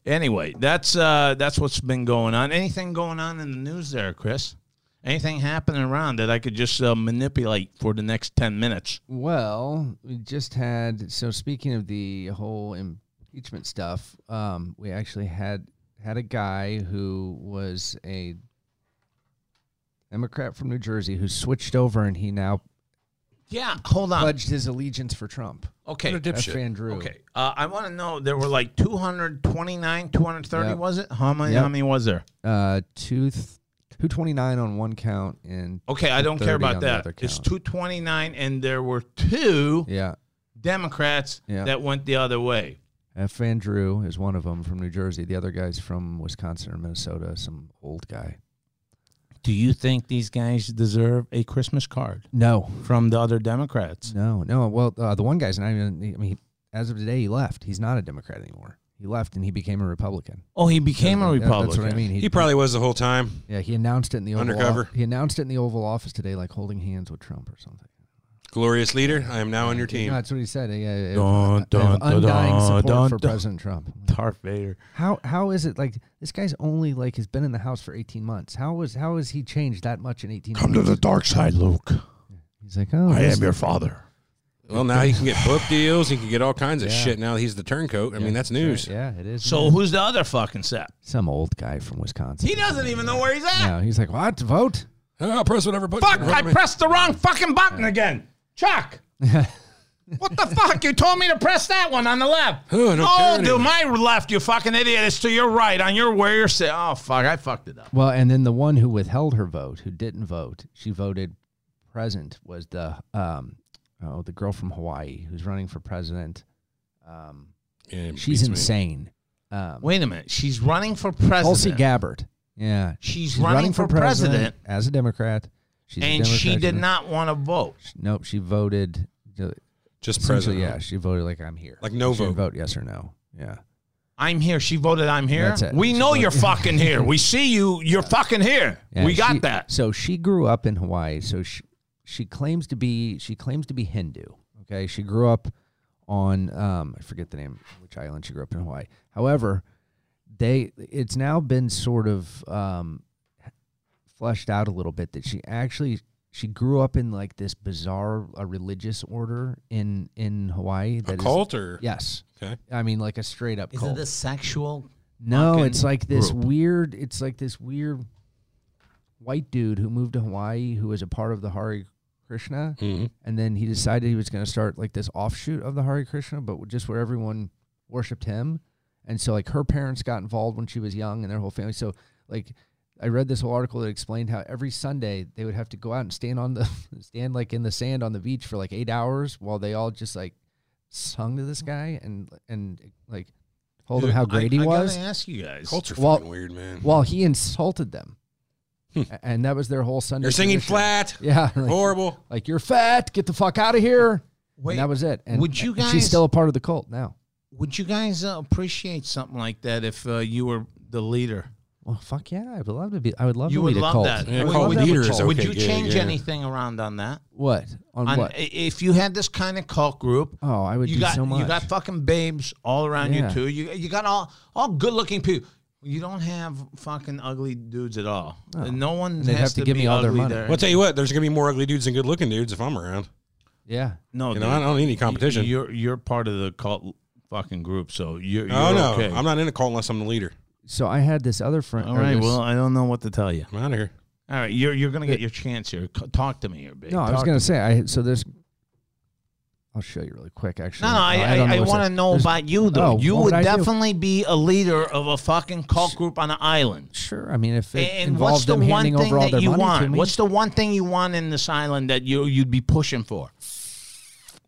Speaker 3: anyway, that's uh that's what's been going on. Anything going on in the news there, Chris? Anything happening around that I could just uh, manipulate for the next 10 minutes?
Speaker 5: Well, we just had. So speaking of the whole impeachment stuff, um, we actually had had a guy who was a Democrat from New Jersey who switched over and he now
Speaker 3: Yeah, hold on.
Speaker 5: pledged his allegiance for Trump.
Speaker 3: okay.
Speaker 4: What a
Speaker 5: That's
Speaker 4: dipshit.
Speaker 5: Andrew.
Speaker 3: Okay. Uh, I want to know there were like 229, 230
Speaker 5: Yep.
Speaker 3: was it? How many
Speaker 5: Yep.
Speaker 3: how many was there?
Speaker 5: Uh, two, two twenty nine on one count and
Speaker 3: Okay, I don't care
Speaker 5: 30
Speaker 3: about
Speaker 5: on the
Speaker 3: that.
Speaker 5: other
Speaker 3: It's
Speaker 5: count.
Speaker 3: 229 and there were two
Speaker 5: yeah.
Speaker 3: Democrats
Speaker 5: Yeah.
Speaker 3: that went the other way.
Speaker 5: F. Andrew is one of them from New Jersey. The other guy's from Wisconsin or Minnesota, some old guy.
Speaker 3: Do you think these guys deserve a Christmas card
Speaker 5: No,
Speaker 3: from the other Democrats?
Speaker 5: no, no. Well, uh, the one guy's not even. I mean, as of today, he left. He's not a Democrat anymore. He left and he became a Republican.
Speaker 3: Oh, he became a
Speaker 5: Yeah,
Speaker 3: Republican.
Speaker 5: That's what I mean.
Speaker 4: He probably was the whole time.
Speaker 5: yeah, he announced it in the Oval
Speaker 4: Undercover.
Speaker 5: Office. He announced it in the Oval Office today, like holding hands with Trump or something.
Speaker 4: Glorious leader. I am now on your
Speaker 5: No,
Speaker 4: team.
Speaker 5: that's what he said. Yeah, yeah, yeah.
Speaker 3: Dun,
Speaker 5: I have
Speaker 3: dun, dun,
Speaker 5: undying
Speaker 3: dun,
Speaker 5: support
Speaker 3: dun,
Speaker 5: for
Speaker 3: dun.
Speaker 5: President Trump.
Speaker 3: Darth Vader.
Speaker 5: How how is it like this guy's only like has been in the house for eighteen months? How was how has he changed that much in eighteen? months?
Speaker 3: dark side, Luke.
Speaker 5: He's like, oh, this-
Speaker 3: father.
Speaker 4: Well, now he can
Speaker 5: (laughs)
Speaker 4: get book deals. He can get all kinds of shit. Now that he's the turncoat. I mean, that's news.
Speaker 5: Yeah, it is.
Speaker 3: So who's the other fucking sap?
Speaker 5: some old guy from Wisconsin.
Speaker 3: He doesn't even know where he's at.
Speaker 5: No, he's like, what? Vote?
Speaker 4: Oh, I'll press whatever button.
Speaker 3: Fuck, I pressed the wrong fucking button again.
Speaker 5: (laughs)
Speaker 3: Chuck. what the fuck? You told me to press that one on the left.
Speaker 4: Oh, I don't care
Speaker 3: no,
Speaker 4: anymore.
Speaker 3: dude, my left, you fucking idiot. It's to your right on your where you're sitting. Oh, fuck, I fucked it up.
Speaker 5: Well, and then the one who withheld her vote, who didn't vote, she voted present. Was the um, oh, the girl from Hawaii who's running for president. Um,
Speaker 4: Yeah, it
Speaker 5: she's
Speaker 4: beats me.
Speaker 5: insane. Um,
Speaker 3: Wait a minute. She's running for president.
Speaker 5: Tulsi Gabbard. Yeah,
Speaker 3: She's running for president.
Speaker 5: as a Democrat. She's a
Speaker 3: and she
Speaker 5: Democrat.
Speaker 3: did not want to vote.
Speaker 5: Nope, she voted. uh,
Speaker 4: Just
Speaker 5: Essentially,
Speaker 4: president.
Speaker 5: yeah, she voted like I'm here.
Speaker 4: Like no
Speaker 5: She didn't
Speaker 4: vote.
Speaker 5: vote yes or no. Yeah.
Speaker 3: I'm here. She voted. I'm here.
Speaker 5: That's it.
Speaker 3: We
Speaker 5: She
Speaker 3: know
Speaker 5: voted-
Speaker 3: you're fucking here. We see you. You're fucking here.
Speaker 5: Yeah,
Speaker 3: we got
Speaker 5: she-
Speaker 3: that.
Speaker 5: So she grew up in Hawaii. So she she claims to be she claims to be Hindu. Okay, she grew up on um, I forget the name which island she grew up in Hawaii. However, they it's now been sort of um, fleshed out a little bit that she actually she grew up in like this bizarre uh, religious order in in Hawaii.
Speaker 4: A
Speaker 5: that is-
Speaker 4: cult or
Speaker 5: yes.
Speaker 4: Okay.
Speaker 5: I mean, like a straight up
Speaker 7: Is
Speaker 5: cult.
Speaker 7: it a sexual?
Speaker 5: No,
Speaker 7: fucking
Speaker 5: it's like this
Speaker 7: group.
Speaker 5: weird. It's like this weird white dude who moved to Hawaii who was a part of the Hari Krishna,
Speaker 4: Mhm.
Speaker 5: and then he decided he was going to start like this offshoot of the Hari Krishna, but just where everyone worshipped him. And so, like, her parents got involved when she was young, and their whole family. So, like, I read this whole article that explained how every Sunday they would have to go out and stand on the (laughs) stand like in the sand on the beach for like eight hours while they all just like sung to this guy and and like told him
Speaker 4: Dude,
Speaker 5: how great
Speaker 3: I,
Speaker 5: he
Speaker 3: I
Speaker 5: was
Speaker 3: gotta ask you guys.
Speaker 4: cults are
Speaker 5: Well-
Speaker 4: fucking weird, man.
Speaker 5: while he insulted them, A- and that was their whole Sunday.
Speaker 4: They're Hmm. singing
Speaker 5: tradition.
Speaker 4: flat. Oh.
Speaker 5: Yeah, (laughs) like,
Speaker 4: Horrible.
Speaker 5: like, you're fat. Get the fuck out of here.
Speaker 3: Wait,
Speaker 5: and that was it. And
Speaker 3: would you
Speaker 5: and She's
Speaker 3: guys-
Speaker 5: still a part of the cult now.
Speaker 3: Would you guys uh, appreciate something like that if uh, you were the leader?
Speaker 5: Well, fuck yeah, I would love to be. I would love
Speaker 3: You
Speaker 5: to
Speaker 3: would
Speaker 5: lead a
Speaker 3: love
Speaker 5: cult.
Speaker 3: that.
Speaker 5: I
Speaker 4: Yeah,
Speaker 5: would
Speaker 4: cult
Speaker 5: love to have a
Speaker 4: leader is
Speaker 5: cult.
Speaker 4: okay.
Speaker 3: Would you change
Speaker 4: yeah.
Speaker 3: anything around on that?
Speaker 5: What on,
Speaker 3: On-
Speaker 5: what?
Speaker 3: i- If you had this kind of cult group,
Speaker 5: Oh, I would
Speaker 3: you
Speaker 5: do
Speaker 3: got
Speaker 5: so much.
Speaker 3: you got fucking babes all around
Speaker 5: Yeah.
Speaker 3: you too. You you got all all good looking people. You don't have fucking ugly dudes at all. No, one
Speaker 5: they'd
Speaker 3: has
Speaker 5: have to
Speaker 3: to
Speaker 5: give
Speaker 3: be
Speaker 5: me all their
Speaker 3: ugly
Speaker 5: money.
Speaker 3: there.
Speaker 4: Well, I'll tell you what, there's gonna be more ugly dudes than good looking dudes if I'm around.
Speaker 5: yeah,
Speaker 3: No,
Speaker 4: You know, I
Speaker 3: dude.
Speaker 4: don't need any competition.
Speaker 3: You're you're part of the cult fucking group, so you're, you're
Speaker 4: oh no,
Speaker 3: okay.
Speaker 4: I'm not in a cult unless I'm the leader.
Speaker 5: so I had this other friend.
Speaker 3: all
Speaker 5: or
Speaker 3: right.
Speaker 5: this-
Speaker 3: Well, I don't know what to tell you.
Speaker 4: I'm out of here.
Speaker 3: All right, you're you're gonna get your chance here. C- Talk to me here, babe.
Speaker 5: no, I was
Speaker 3: Talk
Speaker 5: gonna
Speaker 3: to
Speaker 5: say I. So there's. I'll show you really quick. Actually,
Speaker 3: No, no, I,
Speaker 5: don't
Speaker 3: I, I
Speaker 5: what's
Speaker 3: want to
Speaker 5: in-
Speaker 3: know
Speaker 5: there's-
Speaker 3: about you though.
Speaker 5: Oh,
Speaker 3: you
Speaker 5: what
Speaker 3: would
Speaker 5: would I do?
Speaker 3: definitely be a leader of a fucking cult group on an island.
Speaker 5: Sure, I mean if it
Speaker 3: And
Speaker 5: involved
Speaker 3: what's the
Speaker 5: them
Speaker 3: one
Speaker 5: handing
Speaker 3: thing
Speaker 5: over all
Speaker 3: that
Speaker 5: their
Speaker 3: you
Speaker 5: money
Speaker 3: want?
Speaker 5: to me,
Speaker 3: What's the one thing you want in this island that you you'd be pushing for?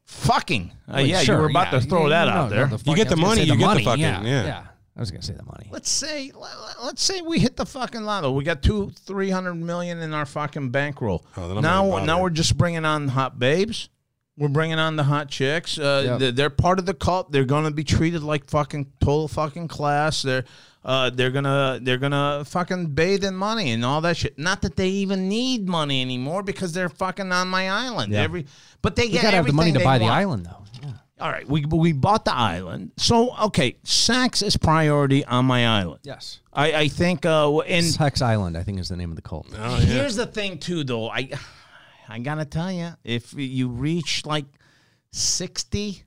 Speaker 3: Fucking. Uh,
Speaker 5: Like,
Speaker 3: yeah,
Speaker 5: sure,
Speaker 3: you were about
Speaker 5: yeah.
Speaker 3: to throw
Speaker 5: Yeah,
Speaker 3: that
Speaker 5: no,
Speaker 3: out
Speaker 5: no,
Speaker 3: there.
Speaker 5: the
Speaker 4: You
Speaker 5: fuck-
Speaker 4: get the
Speaker 5: I was gonna
Speaker 4: money,
Speaker 5: say
Speaker 4: you get the
Speaker 5: money,
Speaker 4: fucking, (laughs)
Speaker 5: yeah,
Speaker 4: yeah.
Speaker 5: I was gonna say the money.
Speaker 3: let's say let- let- let's say we hit the fucking lotto. We got two three hundred million in our fucking bankroll.
Speaker 4: Oh, then I'm not
Speaker 3: now
Speaker 4: bothered.
Speaker 3: now we're just bringing on hot babes. We're bringing on the hot chicks. Uh,
Speaker 5: Yep.
Speaker 3: they're, they're part of the cult. They're gonna be treated like fucking total fucking class. They're uh, they're gonna they're gonna fucking bathe in money and all that shit. Not that they even need money anymore because they're fucking on my island. Every but they
Speaker 5: You
Speaker 3: get
Speaker 5: gotta have the money
Speaker 3: everything
Speaker 5: to
Speaker 3: they
Speaker 5: buy the
Speaker 3: want.
Speaker 5: island, though.
Speaker 3: All right, we we bought the island. So okay, sex is priority on my island.
Speaker 5: Yes.
Speaker 3: I, I think uh w- and
Speaker 5: Sex Island, I think, is the name of the cult.
Speaker 4: Oh, yeah.
Speaker 3: here's the thing too though I I gotta tell you if you reach like 60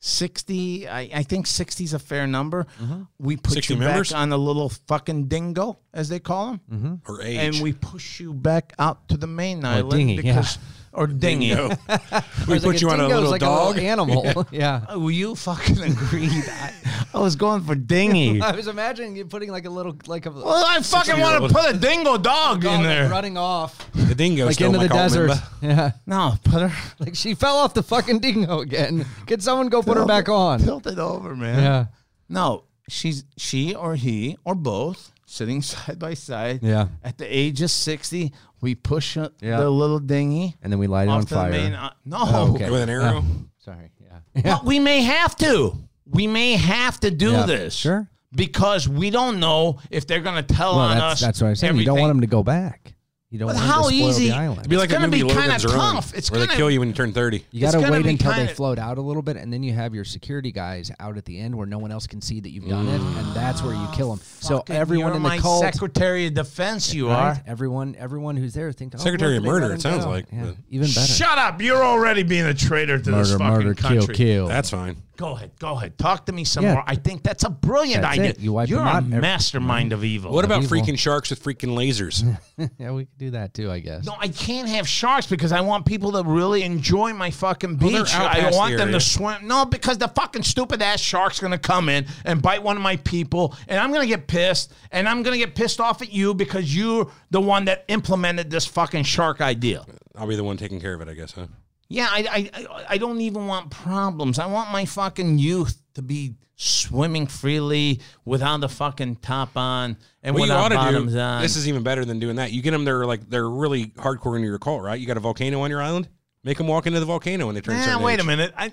Speaker 3: 60 I, I think 60 is a fair number
Speaker 5: Mm-hmm.
Speaker 3: we put
Speaker 4: 60
Speaker 3: you
Speaker 4: members?
Speaker 3: back on the little fucking dingo as they call them
Speaker 5: Mm-hmm.
Speaker 4: Or age.
Speaker 3: and we push you back out to the main island
Speaker 5: dinghy, yeah.
Speaker 3: because or dingy
Speaker 5: (laughs)
Speaker 4: we (laughs) put you on a little dog.
Speaker 5: animal. yeah. (laughs)
Speaker 3: Uh, will you fucking agreed I, I was going for
Speaker 5: (laughs)
Speaker 3: dingy
Speaker 5: I was imagining you putting like a little, like a
Speaker 3: well I fucking want to put a dingo dog in there
Speaker 5: running off,
Speaker 4: The dingo
Speaker 5: like
Speaker 4: still
Speaker 5: into
Speaker 4: my
Speaker 5: the
Speaker 4: cult
Speaker 5: desert.
Speaker 4: member.
Speaker 5: (laughs) Yeah,
Speaker 3: no put her
Speaker 5: like she fell off the fucking dingo again. Could someone go put her
Speaker 3: (laughs)
Speaker 5: back on?
Speaker 3: tilt it over man
Speaker 5: Yeah,
Speaker 3: No, she's she or he or both sitting (laughs) side by side.
Speaker 5: Yeah.
Speaker 3: At the age of sixty, we push up
Speaker 5: Yeah.
Speaker 3: the little dinghy
Speaker 5: and then we light it on
Speaker 3: off the
Speaker 5: fire.
Speaker 3: main. i- no,
Speaker 5: Oh,
Speaker 3: (laughs)
Speaker 4: (laughs)
Speaker 5: okay.
Speaker 4: With an arrow.
Speaker 5: Sorry. Yeah.
Speaker 3: but we may have to. We may have to do
Speaker 5: Yeah,
Speaker 3: this.
Speaker 5: sure.
Speaker 3: Because we don't know if they're going to tell
Speaker 5: Well,
Speaker 3: on
Speaker 5: that's
Speaker 3: us.
Speaker 5: that's what I'm saying. You don't want them to go back. You don't
Speaker 3: But
Speaker 5: want 'em
Speaker 3: how
Speaker 5: to spoil
Speaker 3: easy-
Speaker 5: the island.
Speaker 4: It'd be
Speaker 3: It's
Speaker 4: like the
Speaker 3: gonna be
Speaker 4: movie
Speaker 3: kinda
Speaker 4: Logan's Run,
Speaker 3: tough. It's
Speaker 4: where they
Speaker 3: gonna-
Speaker 4: kill you when you turn 30.
Speaker 5: You
Speaker 3: It's
Speaker 5: got to
Speaker 3: gonna
Speaker 5: wait
Speaker 3: be
Speaker 5: until they
Speaker 3: kinda-
Speaker 5: float out a little bit, and then you have your security guys out at the end where no one else can see that you've done it, and that's where you kill them. So everyone
Speaker 3: you
Speaker 5: in
Speaker 3: my
Speaker 5: the cult,
Speaker 3: Secretary of Defense, you
Speaker 5: right?
Speaker 3: are.
Speaker 5: everyone, everyone who's there, think oh,
Speaker 4: Secretary
Speaker 5: look,
Speaker 4: of
Speaker 5: they let
Speaker 4: Murder,
Speaker 5: him
Speaker 4: it sounds
Speaker 5: go.
Speaker 4: like,
Speaker 5: Yeah,
Speaker 4: but-
Speaker 5: even better.
Speaker 3: Shut up! You're already being a traitor to this
Speaker 5: murder,
Speaker 3: fucking
Speaker 5: murder,
Speaker 3: country.
Speaker 5: kill, kill.
Speaker 4: That's fine.
Speaker 3: Go ahead, go ahead. Talk to me some
Speaker 5: Yeah.
Speaker 3: more. I think that's a brilliant
Speaker 5: That's
Speaker 3: idea.
Speaker 5: it. You wipe
Speaker 3: You're
Speaker 5: them
Speaker 3: a
Speaker 5: out every-
Speaker 3: mastermind of evil.
Speaker 4: What about
Speaker 5: evil.
Speaker 4: freaking sharks with freaking lasers?
Speaker 5: (laughs) (laughs) yeah, we could do that too, I guess.
Speaker 3: No, I can't have sharks because I want people to really enjoy my fucking beach.
Speaker 4: they're out
Speaker 3: I
Speaker 4: past
Speaker 3: want
Speaker 4: the
Speaker 3: them
Speaker 4: area.
Speaker 3: to swim. No, because the fucking stupid ass shark's gonna come in and bite one of my people, and I'm gonna get pissed, and I'm gonna get pissed off at you because you're the one that implemented this fucking shark idea.
Speaker 4: I'll be the one taking care of it, I guess, huh?
Speaker 3: Yeah, I, I, I- I don't even want problems. I want my fucking youth to be swimming freely without the fucking top on and
Speaker 4: What you ought
Speaker 3: without
Speaker 4: to
Speaker 3: bottoms
Speaker 4: do.
Speaker 3: on.
Speaker 4: This is even better than doing that. You get them. They're like they're really hardcore into your cult, right? You got a volcano on your island. Make them walk into the volcano when they turn.
Speaker 3: Nah,
Speaker 4: certain
Speaker 3: wait
Speaker 4: age.
Speaker 3: a minute. I,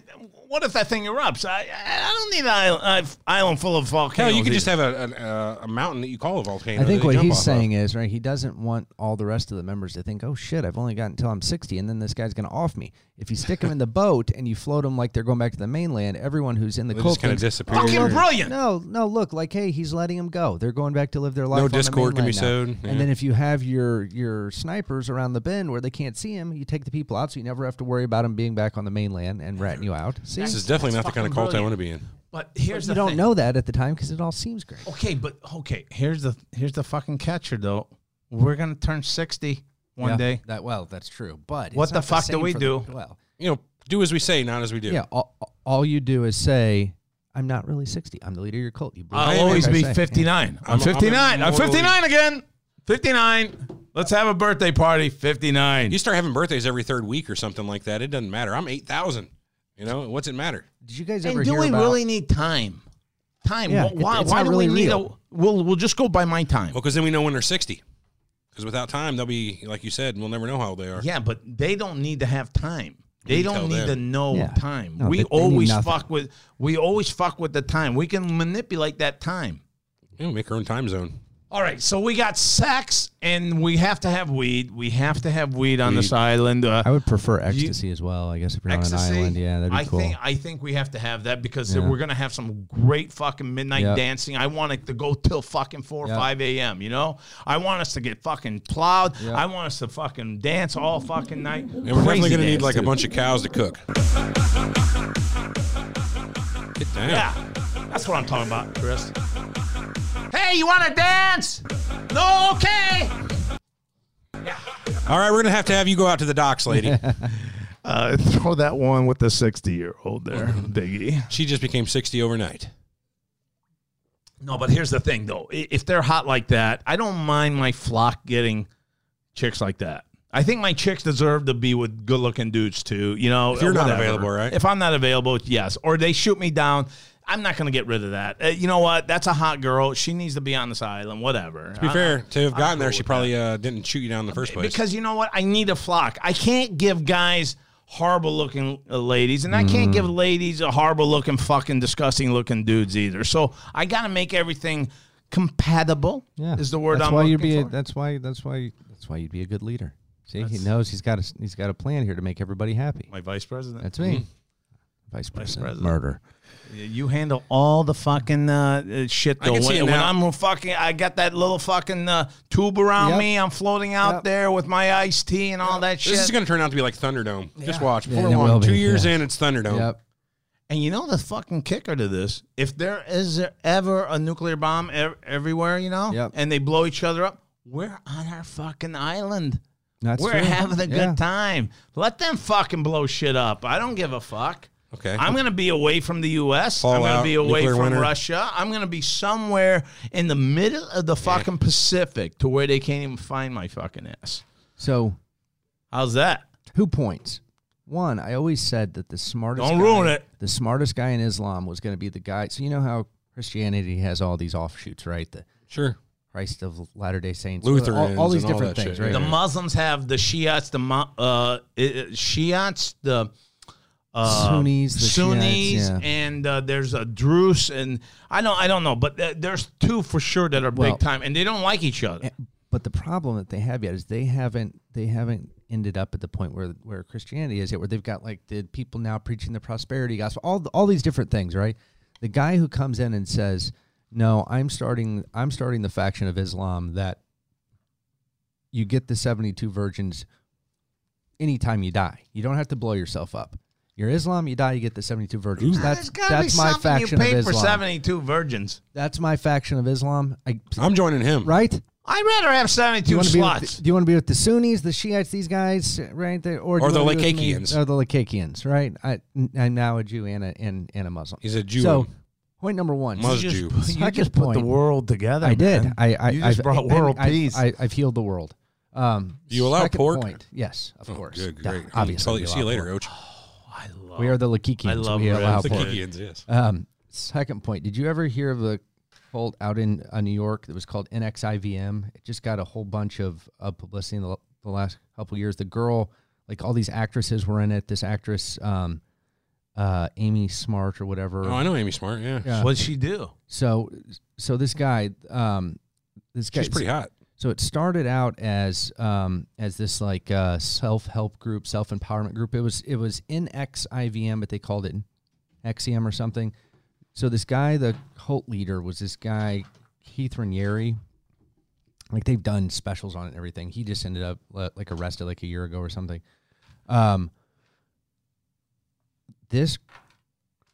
Speaker 3: what if that thing erupts? I I don't need an island, I've- island full of
Speaker 4: Hell,
Speaker 3: volcanoes.
Speaker 4: you could just
Speaker 3: either.
Speaker 4: have a, a- a, a mountain that you call a volcano.
Speaker 5: I think
Speaker 4: that they
Speaker 5: what
Speaker 4: jump
Speaker 5: he's
Speaker 4: off of.
Speaker 5: saying is right. He doesn't want all the rest of the members to think, "Oh shit, I've only got until I'm 60, and then this guy's going to off me." If you stick them in the boat and you float them like they're going back to the mainland, everyone who's in the
Speaker 4: They
Speaker 5: cult
Speaker 4: just kinda
Speaker 5: thinks,
Speaker 4: disappear.
Speaker 5: "Oh,
Speaker 4: Fucking
Speaker 5: look,
Speaker 3: brilliant."
Speaker 5: No, no, look, like hey, he's letting them go. They're going back to live their life. on the
Speaker 4: discord can be
Speaker 5: mainland now."
Speaker 4: sowed, yeah.
Speaker 5: And then if you have your your snipers around the bend where they can't see him, you take the people out, so you never have to worry about them being back on the mainland and ratting you out. See,
Speaker 4: This is definitely not the kind of
Speaker 3: fucking
Speaker 4: cult
Speaker 3: brilliant.
Speaker 4: I want to be in.
Speaker 3: But here's
Speaker 5: you
Speaker 3: the
Speaker 5: don't
Speaker 3: thing.
Speaker 5: know that at the time because it all seems great.
Speaker 3: Okay, but okay. Here's the here's the fucking catcher though. We're gonna turn sixty one
Speaker 5: Yeah,
Speaker 3: day.
Speaker 5: That well, that's true. But it's
Speaker 3: What the
Speaker 5: not
Speaker 3: fuck do
Speaker 5: same
Speaker 3: we
Speaker 5: for
Speaker 3: do?
Speaker 5: well,
Speaker 4: You know, do as we say, not as we do.
Speaker 5: yeah. All, all you do is say, "I'm not really 60. I'm the leader of your cult." You believe
Speaker 4: I
Speaker 3: I'll
Speaker 5: it.
Speaker 4: am
Speaker 3: always
Speaker 5: Like I
Speaker 3: be
Speaker 5: say,
Speaker 3: fifty nine. I'm
Speaker 4: I'm- I'm
Speaker 3: fifty nine. I'm
Speaker 4: immortally-
Speaker 3: fifty nine again. Fifty nine. Let's have a birthday party. Fifty nine.
Speaker 4: You start having birthdays every third week or something like that. It doesn't matter. I'm eight thousand. You know, what's it matter?
Speaker 5: yeah. Did you guys ever
Speaker 3: And do
Speaker 5: hear
Speaker 3: we
Speaker 5: about?
Speaker 3: really need time? Time.
Speaker 5: Yeah,
Speaker 3: Wh-
Speaker 5: it-
Speaker 3: why
Speaker 5: it's
Speaker 3: why
Speaker 5: not
Speaker 3: do
Speaker 5: really
Speaker 3: we need
Speaker 5: real.
Speaker 3: a? We'll we'll just go by my time.
Speaker 4: Well, because then we know when they're sixty. Because without time, they'll be like you said. We'll never know how old they are.
Speaker 3: Yeah, but they don't need to have time. They
Speaker 4: We
Speaker 3: don't
Speaker 4: tell
Speaker 3: need to
Speaker 4: them.
Speaker 3: know
Speaker 5: Yeah.
Speaker 3: time.
Speaker 5: No,
Speaker 3: we
Speaker 5: they- they need
Speaker 3: always
Speaker 5: nothing.
Speaker 3: fuck with we always fuck with the time. We can manipulate that time.
Speaker 4: You know, make our own time zone.
Speaker 3: All right, so we got sex and we have to have weed. We have to have weed on this island. Uh,
Speaker 5: I would prefer ecstasy as well. I guess if you're on an
Speaker 3: ecstasy.
Speaker 5: island, yeah, that'd be
Speaker 3: I
Speaker 5: cool.
Speaker 3: think I think we have to have that because
Speaker 5: Yeah.
Speaker 3: we're gonna have some great fucking midnight
Speaker 5: Yep.
Speaker 3: dancing. I want it to go till fucking four
Speaker 5: Yep.
Speaker 3: or five a.m. You know, I want us to get fucking plowed.
Speaker 5: Yep.
Speaker 3: I want us to fucking dance all fucking night. And
Speaker 4: And we're definitely going to need like a bunch of cows to
Speaker 5: (laughs)
Speaker 4: cook. Get down.
Speaker 3: Yeah, that's what I'm talking about, Chris. Hey, you want to dance? No, okay.
Speaker 4: All right, we're going to have to have you go out to the docks,
Speaker 5: (laughs)
Speaker 4: lady.
Speaker 3: Uh, throw that one with the 60 year old (laughs) there, Biggie.
Speaker 4: she just became sixty overnight.
Speaker 3: No, but here's the thing, though. I- If they're hot like that, I don't mind my flock getting chicks like that. I think my chicks deserve to be with good looking dudes, too. You know,
Speaker 4: If you're not
Speaker 3: whatever.
Speaker 4: available, right?
Speaker 3: If I'm not available, yes. Or they shoot me down. I'm not going to get rid of that. Uh, you know what? That's a hot girl. She needs to be on this island, whatever.
Speaker 4: To be fair, to have gotten there,
Speaker 3: cool
Speaker 4: she
Speaker 3: with
Speaker 4: probably uh, didn't shoot you down in the first place.
Speaker 3: Because you know what? I need a flock. I can't give guys horrible looking uh, ladies, and I can't give
Speaker 5: Mm-hmm.
Speaker 3: ladies a horrible looking, fucking disgusting looking dudes either. So I got to make everything compatible.
Speaker 5: yeah,
Speaker 3: is the word
Speaker 5: that's
Speaker 3: I'm
Speaker 5: why
Speaker 3: looking
Speaker 5: you'd be. A,
Speaker 3: for.
Speaker 5: that's why. That's why. That's why you'd be a good leader. See, he knows he's got a s- he's got a plan here to make everybody happy.
Speaker 3: My vice president.
Speaker 5: That's me, vice president.
Speaker 3: mm-hmm. president.
Speaker 5: Murder.
Speaker 3: You handle all the fucking uh, uh, shit though.
Speaker 4: can
Speaker 3: When,
Speaker 4: see it
Speaker 3: when
Speaker 4: now.
Speaker 3: I'm fucking, I got that little fucking uh, tube around
Speaker 5: Yep.
Speaker 3: me. I'm floating out
Speaker 5: Yep.
Speaker 3: there with my iced tea and all that shit.
Speaker 4: This is going to turn out to be like Thunderdome. Just watch. Before
Speaker 5: Yeah, it will
Speaker 4: long,
Speaker 5: be,
Speaker 4: two years
Speaker 5: yeah.
Speaker 4: in, it's Thunderdome.
Speaker 5: Yep.
Speaker 3: And you know the fucking kicker to this: if there is ever a nuclear bomb ev- everywhere, you know,
Speaker 5: Yep.
Speaker 3: and they blow each other up, we're on our fucking island.
Speaker 5: That's
Speaker 3: we're
Speaker 5: true.
Speaker 3: having a good
Speaker 5: Yeah.
Speaker 3: time. Let them fucking blow shit up. I don't give a fuck.
Speaker 4: Okay.
Speaker 3: I'm gonna be away from the U.S. I'm gonna
Speaker 4: Fallout,
Speaker 3: be away
Speaker 4: nuclear
Speaker 3: from
Speaker 4: winter.
Speaker 3: Russia. I'm gonna be somewhere in the middle of the fucking Pacific to where they can't even find my fucking ass.
Speaker 5: So
Speaker 3: How's that?
Speaker 5: Who points? One, I always said that the smartest
Speaker 3: Don't
Speaker 5: guy,
Speaker 3: ruin it.
Speaker 5: The smartest guy in Islam was going to be the guy. So you know how Christianity has all these offshoots, right? The
Speaker 4: Sure.
Speaker 5: Christ of Latter Day Saints,
Speaker 4: Lutherans
Speaker 5: all, all these
Speaker 4: and all
Speaker 5: different
Speaker 4: that
Speaker 5: things,
Speaker 4: shit,
Speaker 5: right?
Speaker 3: The
Speaker 4: Yeah.
Speaker 3: Muslims have the Shiites, the Mo- uh, i- i- Shiites, the uh,
Speaker 5: Sunnis, the
Speaker 3: Sunnis,
Speaker 5: Shiites, yeah.
Speaker 3: and uh, there's a Druze, and I don't, I don't know, but th- there's two for sure that are
Speaker 5: Well- eh,
Speaker 3: big time, and they don't like each other.
Speaker 5: But the problem that they have yet is they haven't they haven't ended up at the point where where Christianity is yet, where they've got like the people now preaching the prosperity gospel, all the- all these different things, right? The guy who comes in and says, "No, I'm starting I'm starting the faction of Islam that you get the 72 virgins anytime you die. You don't have to blow yourself up. You're Islam, you die, you get the 72 virgins.
Speaker 3: There's
Speaker 5: That's
Speaker 3: gotta
Speaker 5: that's
Speaker 3: be
Speaker 5: my
Speaker 3: something
Speaker 5: faction
Speaker 3: you
Speaker 5: of
Speaker 3: paid for
Speaker 5: Islam.
Speaker 3: seventy-two virgins.
Speaker 5: That's my faction of Islam. I,
Speaker 4: I'm joining him.
Speaker 5: right?
Speaker 3: I'd rather have seventy-two
Speaker 5: wanna Be
Speaker 3: slots.
Speaker 5: with the, do you want to be with the Sunnis, the Shiites, these guys, right? The, or do
Speaker 4: Or
Speaker 5: you
Speaker 4: the
Speaker 5: wanna be with me?
Speaker 4: Lakakians.
Speaker 5: Or the Lakakians, right? I, I'm now a Jew and a, and, and a Muslim.
Speaker 4: He's a Jew.
Speaker 5: So, point number one.
Speaker 4: Mus-
Speaker 3: you
Speaker 4: Jew.
Speaker 3: just, you
Speaker 5: Second
Speaker 3: just put the
Speaker 5: point.
Speaker 3: world together.
Speaker 5: I did.
Speaker 3: man.
Speaker 5: I, I,
Speaker 3: you just
Speaker 5: I've,
Speaker 3: brought
Speaker 5: I-
Speaker 3: world
Speaker 5: I,
Speaker 3: peace.
Speaker 5: I, have healed the world. Um,
Speaker 4: Do you allow
Speaker 5: second
Speaker 4: pork? Oh,
Speaker 5: Point, yes, of course.
Speaker 4: Good,
Speaker 5: Duh,
Speaker 4: great.
Speaker 5: Obviously,
Speaker 4: Tell
Speaker 5: we
Speaker 4: you, see
Speaker 5: allow
Speaker 4: you later,
Speaker 5: pork.
Speaker 4: Oach.
Speaker 3: I love.
Speaker 5: We are the Lakikians.
Speaker 3: I love
Speaker 5: we
Speaker 3: red
Speaker 5: allow
Speaker 3: The
Speaker 5: pork.
Speaker 3: Kikians,
Speaker 4: yes.
Speaker 5: Um, Second point, did you ever hear of the cult out in uh, New York that was called NXIVM? It just got a whole bunch of uh, publicity in the, the last couple years. The girl, like all these actresses were in it. This actress, um, uh, Amy Smart or whatever.
Speaker 4: Oh, I know Amy Smart. Yeah,
Speaker 5: Yeah.
Speaker 3: What'd she do?
Speaker 5: So, so this guy, um, this guy,
Speaker 4: she's pretty hot.
Speaker 5: so it started out as um, as this like uh, self help group, self empowerment group. It was it was in XIVM, but they called it XEM or something. So this guy, the cult leader, was this guy Keith Raniere. Like they've done specials on it and everything. He just ended up uh, like arrested like a year ago or something. Um, this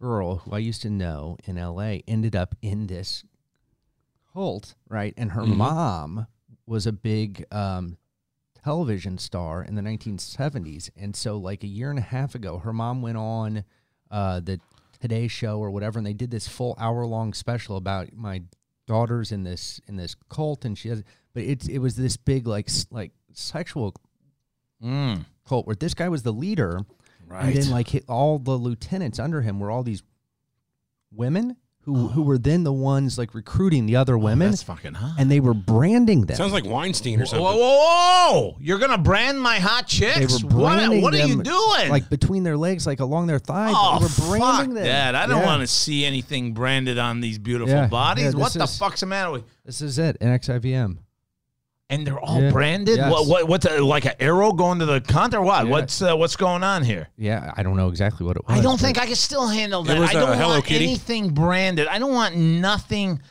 Speaker 5: girl who I used to know in L.A. ended up in this cult, right? And her mom was a big um, television star in the 1970s. And so, like a year and a half ago, her mom went on uh, the Today Show or whatever, and they did this full hour long special about my daughters in this in this cult. And she has, but it's it was this big like s- like sexual
Speaker 3: Mm.
Speaker 5: cult where this guy was the leader, and then like hi- all the lieutenants under him were all these women. Who, who were then the ones like recruiting the other women?
Speaker 3: Oh. That's fucking hot.
Speaker 5: and they were branding them.
Speaker 4: Sounds like Weinstein
Speaker 3: Whoa,
Speaker 4: or something.
Speaker 3: whoa, whoa! You're gonna brand my hot
Speaker 5: they
Speaker 3: chicks?
Speaker 5: were
Speaker 3: What,
Speaker 5: branding
Speaker 3: what are you
Speaker 5: them,
Speaker 3: doing?
Speaker 5: Like between their legs, like along their thighs.
Speaker 3: oh,
Speaker 5: they were
Speaker 3: fuck
Speaker 5: branding them.
Speaker 3: that! I don't
Speaker 5: Yeah.
Speaker 3: want to see anything branded on these beautiful
Speaker 5: Yeah, yeah,
Speaker 3: bodies. what
Speaker 5: this
Speaker 3: the
Speaker 5: is-
Speaker 3: fuck's the matter with?
Speaker 5: This is it. NXIVM.
Speaker 3: And they're all
Speaker 5: Yeah.
Speaker 3: branded.
Speaker 5: Yes.
Speaker 3: What? What? What's a, like an arrow going to the cunt or what?
Speaker 5: Yeah.
Speaker 3: What's uh, What's going on here?
Speaker 5: Yeah, I don't know exactly what it was.
Speaker 3: I don't
Speaker 5: but-
Speaker 3: think I can still handle that.
Speaker 4: was,
Speaker 3: I don't
Speaker 4: uh, Hello
Speaker 3: want
Speaker 4: Kitty.
Speaker 3: anything branded. I don't want nothing.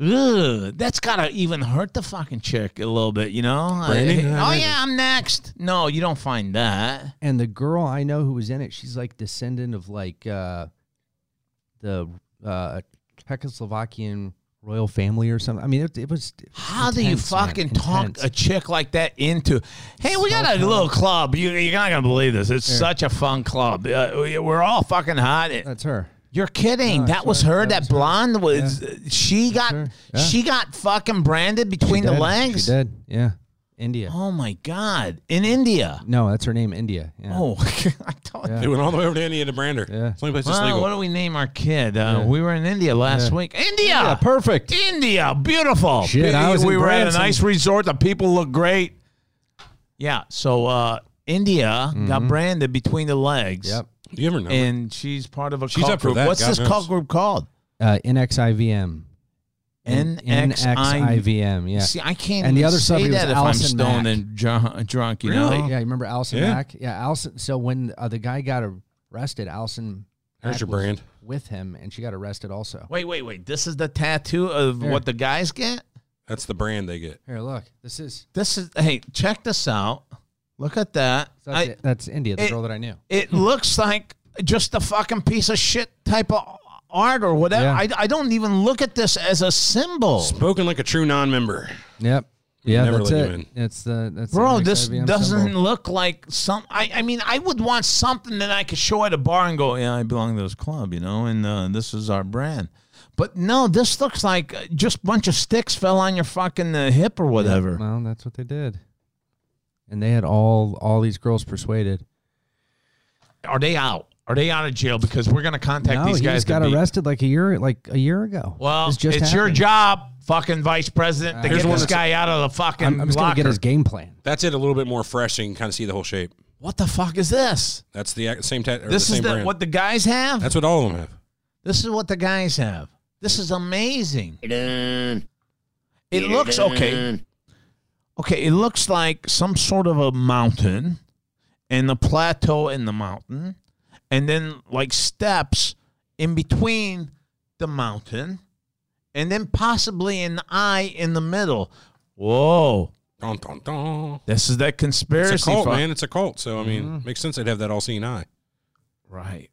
Speaker 3: Ugh, that's gotta even hurt the fucking chick a little bit, you know? I-
Speaker 4: Branding?
Speaker 3: oh yeah, I'm next. No, you don't find that.
Speaker 5: And the girl I know who was in it, she's like descendant of like uh, the uh, Czechoslovakian royal family or something. I mean, it, it was.
Speaker 3: How do you
Speaker 5: intense, man,
Speaker 3: fucking talk
Speaker 5: intense.
Speaker 3: a chick like that into? Hey, we got a
Speaker 5: Self-help.
Speaker 3: little club. You, you're not gonna believe this. It's such a fun club. Uh, we- we're all fucking hot.
Speaker 5: That's her.
Speaker 3: You're kidding.
Speaker 5: No,
Speaker 3: that
Speaker 5: it's
Speaker 3: was her.
Speaker 5: her. That
Speaker 3: That,
Speaker 5: was her.
Speaker 3: blonde was. uh, She got.
Speaker 5: her. Yeah.
Speaker 3: She got fucking branded between
Speaker 5: She
Speaker 3: the
Speaker 5: did.
Speaker 3: legs.
Speaker 5: She did. Yeah. India.
Speaker 3: Oh my God! In India.
Speaker 5: No, that's her name. India. Yeah.
Speaker 3: Oh, (laughs) I thought.
Speaker 5: Yeah.
Speaker 4: They went all the way over to India to brand her.
Speaker 5: Yeah.
Speaker 4: It's the only place that's
Speaker 3: Well,
Speaker 4: legal.
Speaker 3: what do we name our kid? Uh, We were in India last week. India,
Speaker 5: perfect.
Speaker 3: India, beautiful.
Speaker 5: Shit, I was
Speaker 3: we
Speaker 5: in
Speaker 3: were at a
Speaker 5: Branson.
Speaker 3: nice resort. The people look great. Yeah. So uh, India got branded between the legs.
Speaker 5: Mm-hmm. Yep.
Speaker 4: Do you ever know?
Speaker 3: And she's part of a
Speaker 4: She's
Speaker 3: cult
Speaker 4: up for
Speaker 3: group.
Speaker 4: that,
Speaker 3: What's
Speaker 4: God
Speaker 3: this
Speaker 4: knows.
Speaker 3: cult group called?
Speaker 5: Uh, NXIVM. N-
Speaker 3: NXIV.
Speaker 5: NXIVM. Yeah.
Speaker 3: See, I can't.
Speaker 5: And the
Speaker 3: even
Speaker 5: other
Speaker 3: say
Speaker 5: subject was
Speaker 3: that if
Speaker 5: Allison
Speaker 3: I'm stoned
Speaker 5: Mack.
Speaker 3: and drunk, drunk you know.
Speaker 5: Yeah, you remember Allison
Speaker 4: Yeah.
Speaker 5: Mack? Yeah, Allison. So when uh, the guy got arrested, Allison
Speaker 4: There's
Speaker 5: Mack
Speaker 4: your
Speaker 5: was
Speaker 4: brand.
Speaker 5: with him, and she got arrested also.
Speaker 3: Wait, wait, wait. This is the tattoo of
Speaker 5: Here.
Speaker 3: what the guys get.
Speaker 4: That's the brand they get.
Speaker 5: Here, look, this is
Speaker 3: This is hey, check this out. Look at that.
Speaker 5: so that's,
Speaker 3: I-
Speaker 5: it. that's India, the
Speaker 3: it-
Speaker 5: girl that I knew.
Speaker 3: it looks like just a fucking piece of shit type of art or whatever.
Speaker 5: Yeah.
Speaker 3: I, I don't even look at this as a symbol.
Speaker 4: Spoken like a true non-member.
Speaker 5: Yep. Yeah,
Speaker 4: never
Speaker 5: that's
Speaker 4: let
Speaker 5: it.
Speaker 4: you in.
Speaker 5: That's the that's the
Speaker 3: Bro,
Speaker 5: next
Speaker 3: this
Speaker 5: IBM
Speaker 3: doesn't
Speaker 5: symbol.
Speaker 3: look like some. I, I mean, I would want something that I could show at a bar and go, yeah, I belong to this club, you know, and uh, this is our brand. But no, this looks like uh, just a bunch of sticks fell on your fucking uh, hip or whatever.
Speaker 5: Well, that's what they did, and they had all all these girls persuaded.
Speaker 3: Are they out? Are they out of jail? Because we're going to contact
Speaker 5: no,
Speaker 3: these
Speaker 5: he
Speaker 3: guys.
Speaker 5: just
Speaker 3: to
Speaker 5: got
Speaker 3: be-
Speaker 5: arrested like a year like a year ago.
Speaker 3: Well,
Speaker 5: This just
Speaker 3: it's your
Speaker 5: happened.
Speaker 3: job, fucking vice president, to
Speaker 5: Here's
Speaker 3: get
Speaker 4: one
Speaker 3: this
Speaker 4: that's-
Speaker 3: guy out of the fucking
Speaker 5: I'm, I'm just gonna
Speaker 3: locker.
Speaker 5: get his game plan.
Speaker 4: That's it. A little bit more fresh, so you can kind of see the whole shape.
Speaker 3: what the fuck is this?
Speaker 4: That's the ac- same tat. or
Speaker 3: This
Speaker 4: the same
Speaker 3: is the,
Speaker 4: brand.
Speaker 3: what the guys have.
Speaker 4: That's what all of them have.
Speaker 3: this is what the guys have. This is amazing. It looks okay. Okay, it looks like some sort of a mountain, and a plateau in the mountain, and then like steps in between the mountain, and then possibly an eye in the middle. Whoa.
Speaker 4: Dun, dun, dun.
Speaker 3: This is that conspiracy.
Speaker 4: It's a cult,
Speaker 3: fu-
Speaker 4: man. It's a cult. So I mean,
Speaker 5: Mm-hmm.
Speaker 4: makes sense. They'd have that all-seeing eye.
Speaker 3: Right.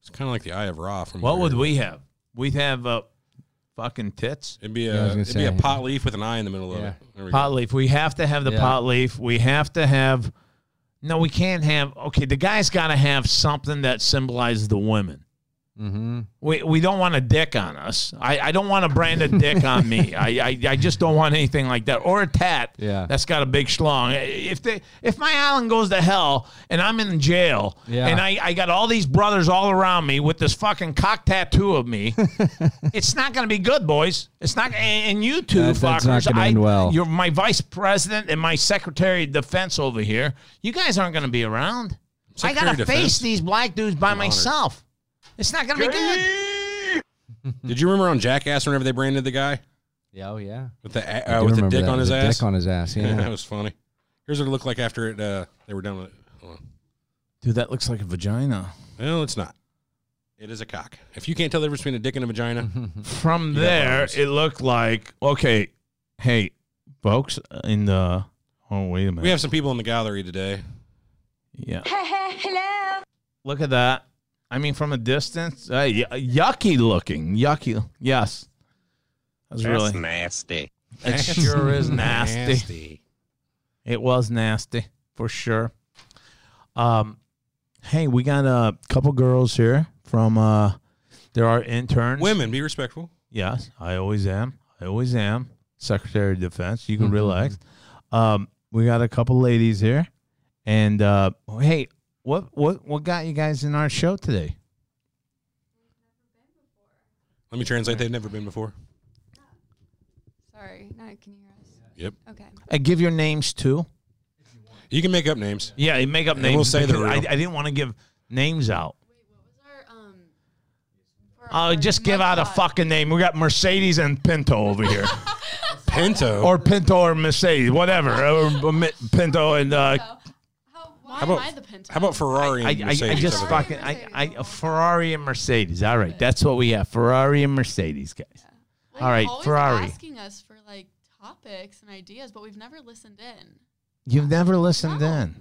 Speaker 4: It's kind of like the Eye of Ra. From
Speaker 3: What would
Speaker 4: Warrior.
Speaker 3: we have? We'd have uh, fucking tits.
Speaker 4: It'd be
Speaker 5: Yeah, I
Speaker 4: a
Speaker 5: was gonna
Speaker 4: it'd be a
Speaker 5: say.
Speaker 4: pot leaf with an eye in the middle of
Speaker 5: Yeah.
Speaker 4: it. There we go.
Speaker 3: Pot leaf. We have to have the
Speaker 5: Yeah.
Speaker 3: pot leaf. We have to have. No, we can't have. Okay, the guy's got to have something that symbolizes the women.
Speaker 5: Mm-hmm.
Speaker 3: We, we don't want a dick on us. I, I don't want to brand a dick on
Speaker 5: (laughs)
Speaker 3: me. I, I, I just don't want anything like that or a tat.
Speaker 5: Yeah.
Speaker 3: that's got a big schlong. If they if my island goes to hell and I'm in jail
Speaker 5: Yeah.
Speaker 3: and I, I got all these brothers all around me with this fucking cock tattoo of
Speaker 5: (laughs)
Speaker 3: me, it's not gonna be good, boys. It's not. And, and you two
Speaker 5: That-
Speaker 3: fuckers,
Speaker 5: that's not gonna
Speaker 3: I,
Speaker 5: end well.
Speaker 3: you're my vice president and my secretary of defense over here. You guys aren't gonna be around. I
Speaker 4: Secretary of
Speaker 3: gotta face
Speaker 4: Defense?
Speaker 3: these black dudes by myself. It's not gonna be good.
Speaker 4: Did you remember on Jackass whenever they branded the guy
Speaker 5: Yeah, oh yeah.
Speaker 4: with the
Speaker 5: I
Speaker 4: a- uh,
Speaker 5: do
Speaker 4: with the
Speaker 5: remember
Speaker 4: dick
Speaker 5: that,
Speaker 4: on his ass?
Speaker 5: Dick on his ass.
Speaker 4: yeah.
Speaker 5: Yeah.
Speaker 4: (laughs) that was funny. Here's what it looked like after it. Uh, they were done with it. Hold on.
Speaker 3: Dude, that looks like a vagina.
Speaker 4: Well, it's not. It is a cock. If you can't tell the difference between a dick and a
Speaker 3: (laughs)
Speaker 4: vagina,
Speaker 3: From
Speaker 4: got one of
Speaker 3: there,
Speaker 4: those.
Speaker 3: it looked like okay. Hey, folks, in the oh wait a minute.
Speaker 4: we have some people in the gallery today.
Speaker 3: Yeah. Hello. Look at that. I mean, from a distance, uh, y- yucky looking. Yucky. Yes. That's, really nasty. It sure is nasty. It was nasty for sure. Um, hey, we got a couple girls here from. Uh, there are interns.
Speaker 4: Women, be respectful.
Speaker 3: Yes, I always am. I always am. Secretary of Defense. You can relax. Um, we got a couple ladies here, and uh, hey, what what what got you guys in our show today?
Speaker 4: Let me translate. They've never been before.
Speaker 7: Sorry, now you can hear us.
Speaker 4: Yep.
Speaker 7: Okay.
Speaker 3: Uh, give your names too.
Speaker 4: You can make up names.
Speaker 3: Yeah, you make up
Speaker 4: we'll
Speaker 3: names.
Speaker 4: say they're
Speaker 3: because (laughs) I,
Speaker 4: real.
Speaker 3: I didn't want to give names out.
Speaker 7: What was our um? (laughs) for
Speaker 3: Uh,
Speaker 7: our
Speaker 3: just give out a
Speaker 7: mascot?
Speaker 3: fucking name. We got Mercedes and Pinto over here, (laughs)
Speaker 4: Pinto.
Speaker 3: or Pinto or Mercedes, whatever. Uh, Or Mi- Pinto and uh,
Speaker 7: So, how, why
Speaker 4: about-
Speaker 7: am I the Pinto?
Speaker 4: How about Ferrari?
Speaker 3: I,
Speaker 4: And
Speaker 3: I, I
Speaker 4: Mercedes
Speaker 3: just
Speaker 4: over there?
Speaker 3: fucking I, I a Ferrari and Mercedes. All right, that's what we have. Ferrari and Mercedes, guys.
Speaker 7: Like,
Speaker 3: all right,
Speaker 7: always
Speaker 3: Ferrari.
Speaker 7: Asking us for like topics and ideas, but we've never listened in.
Speaker 3: You've never listened in.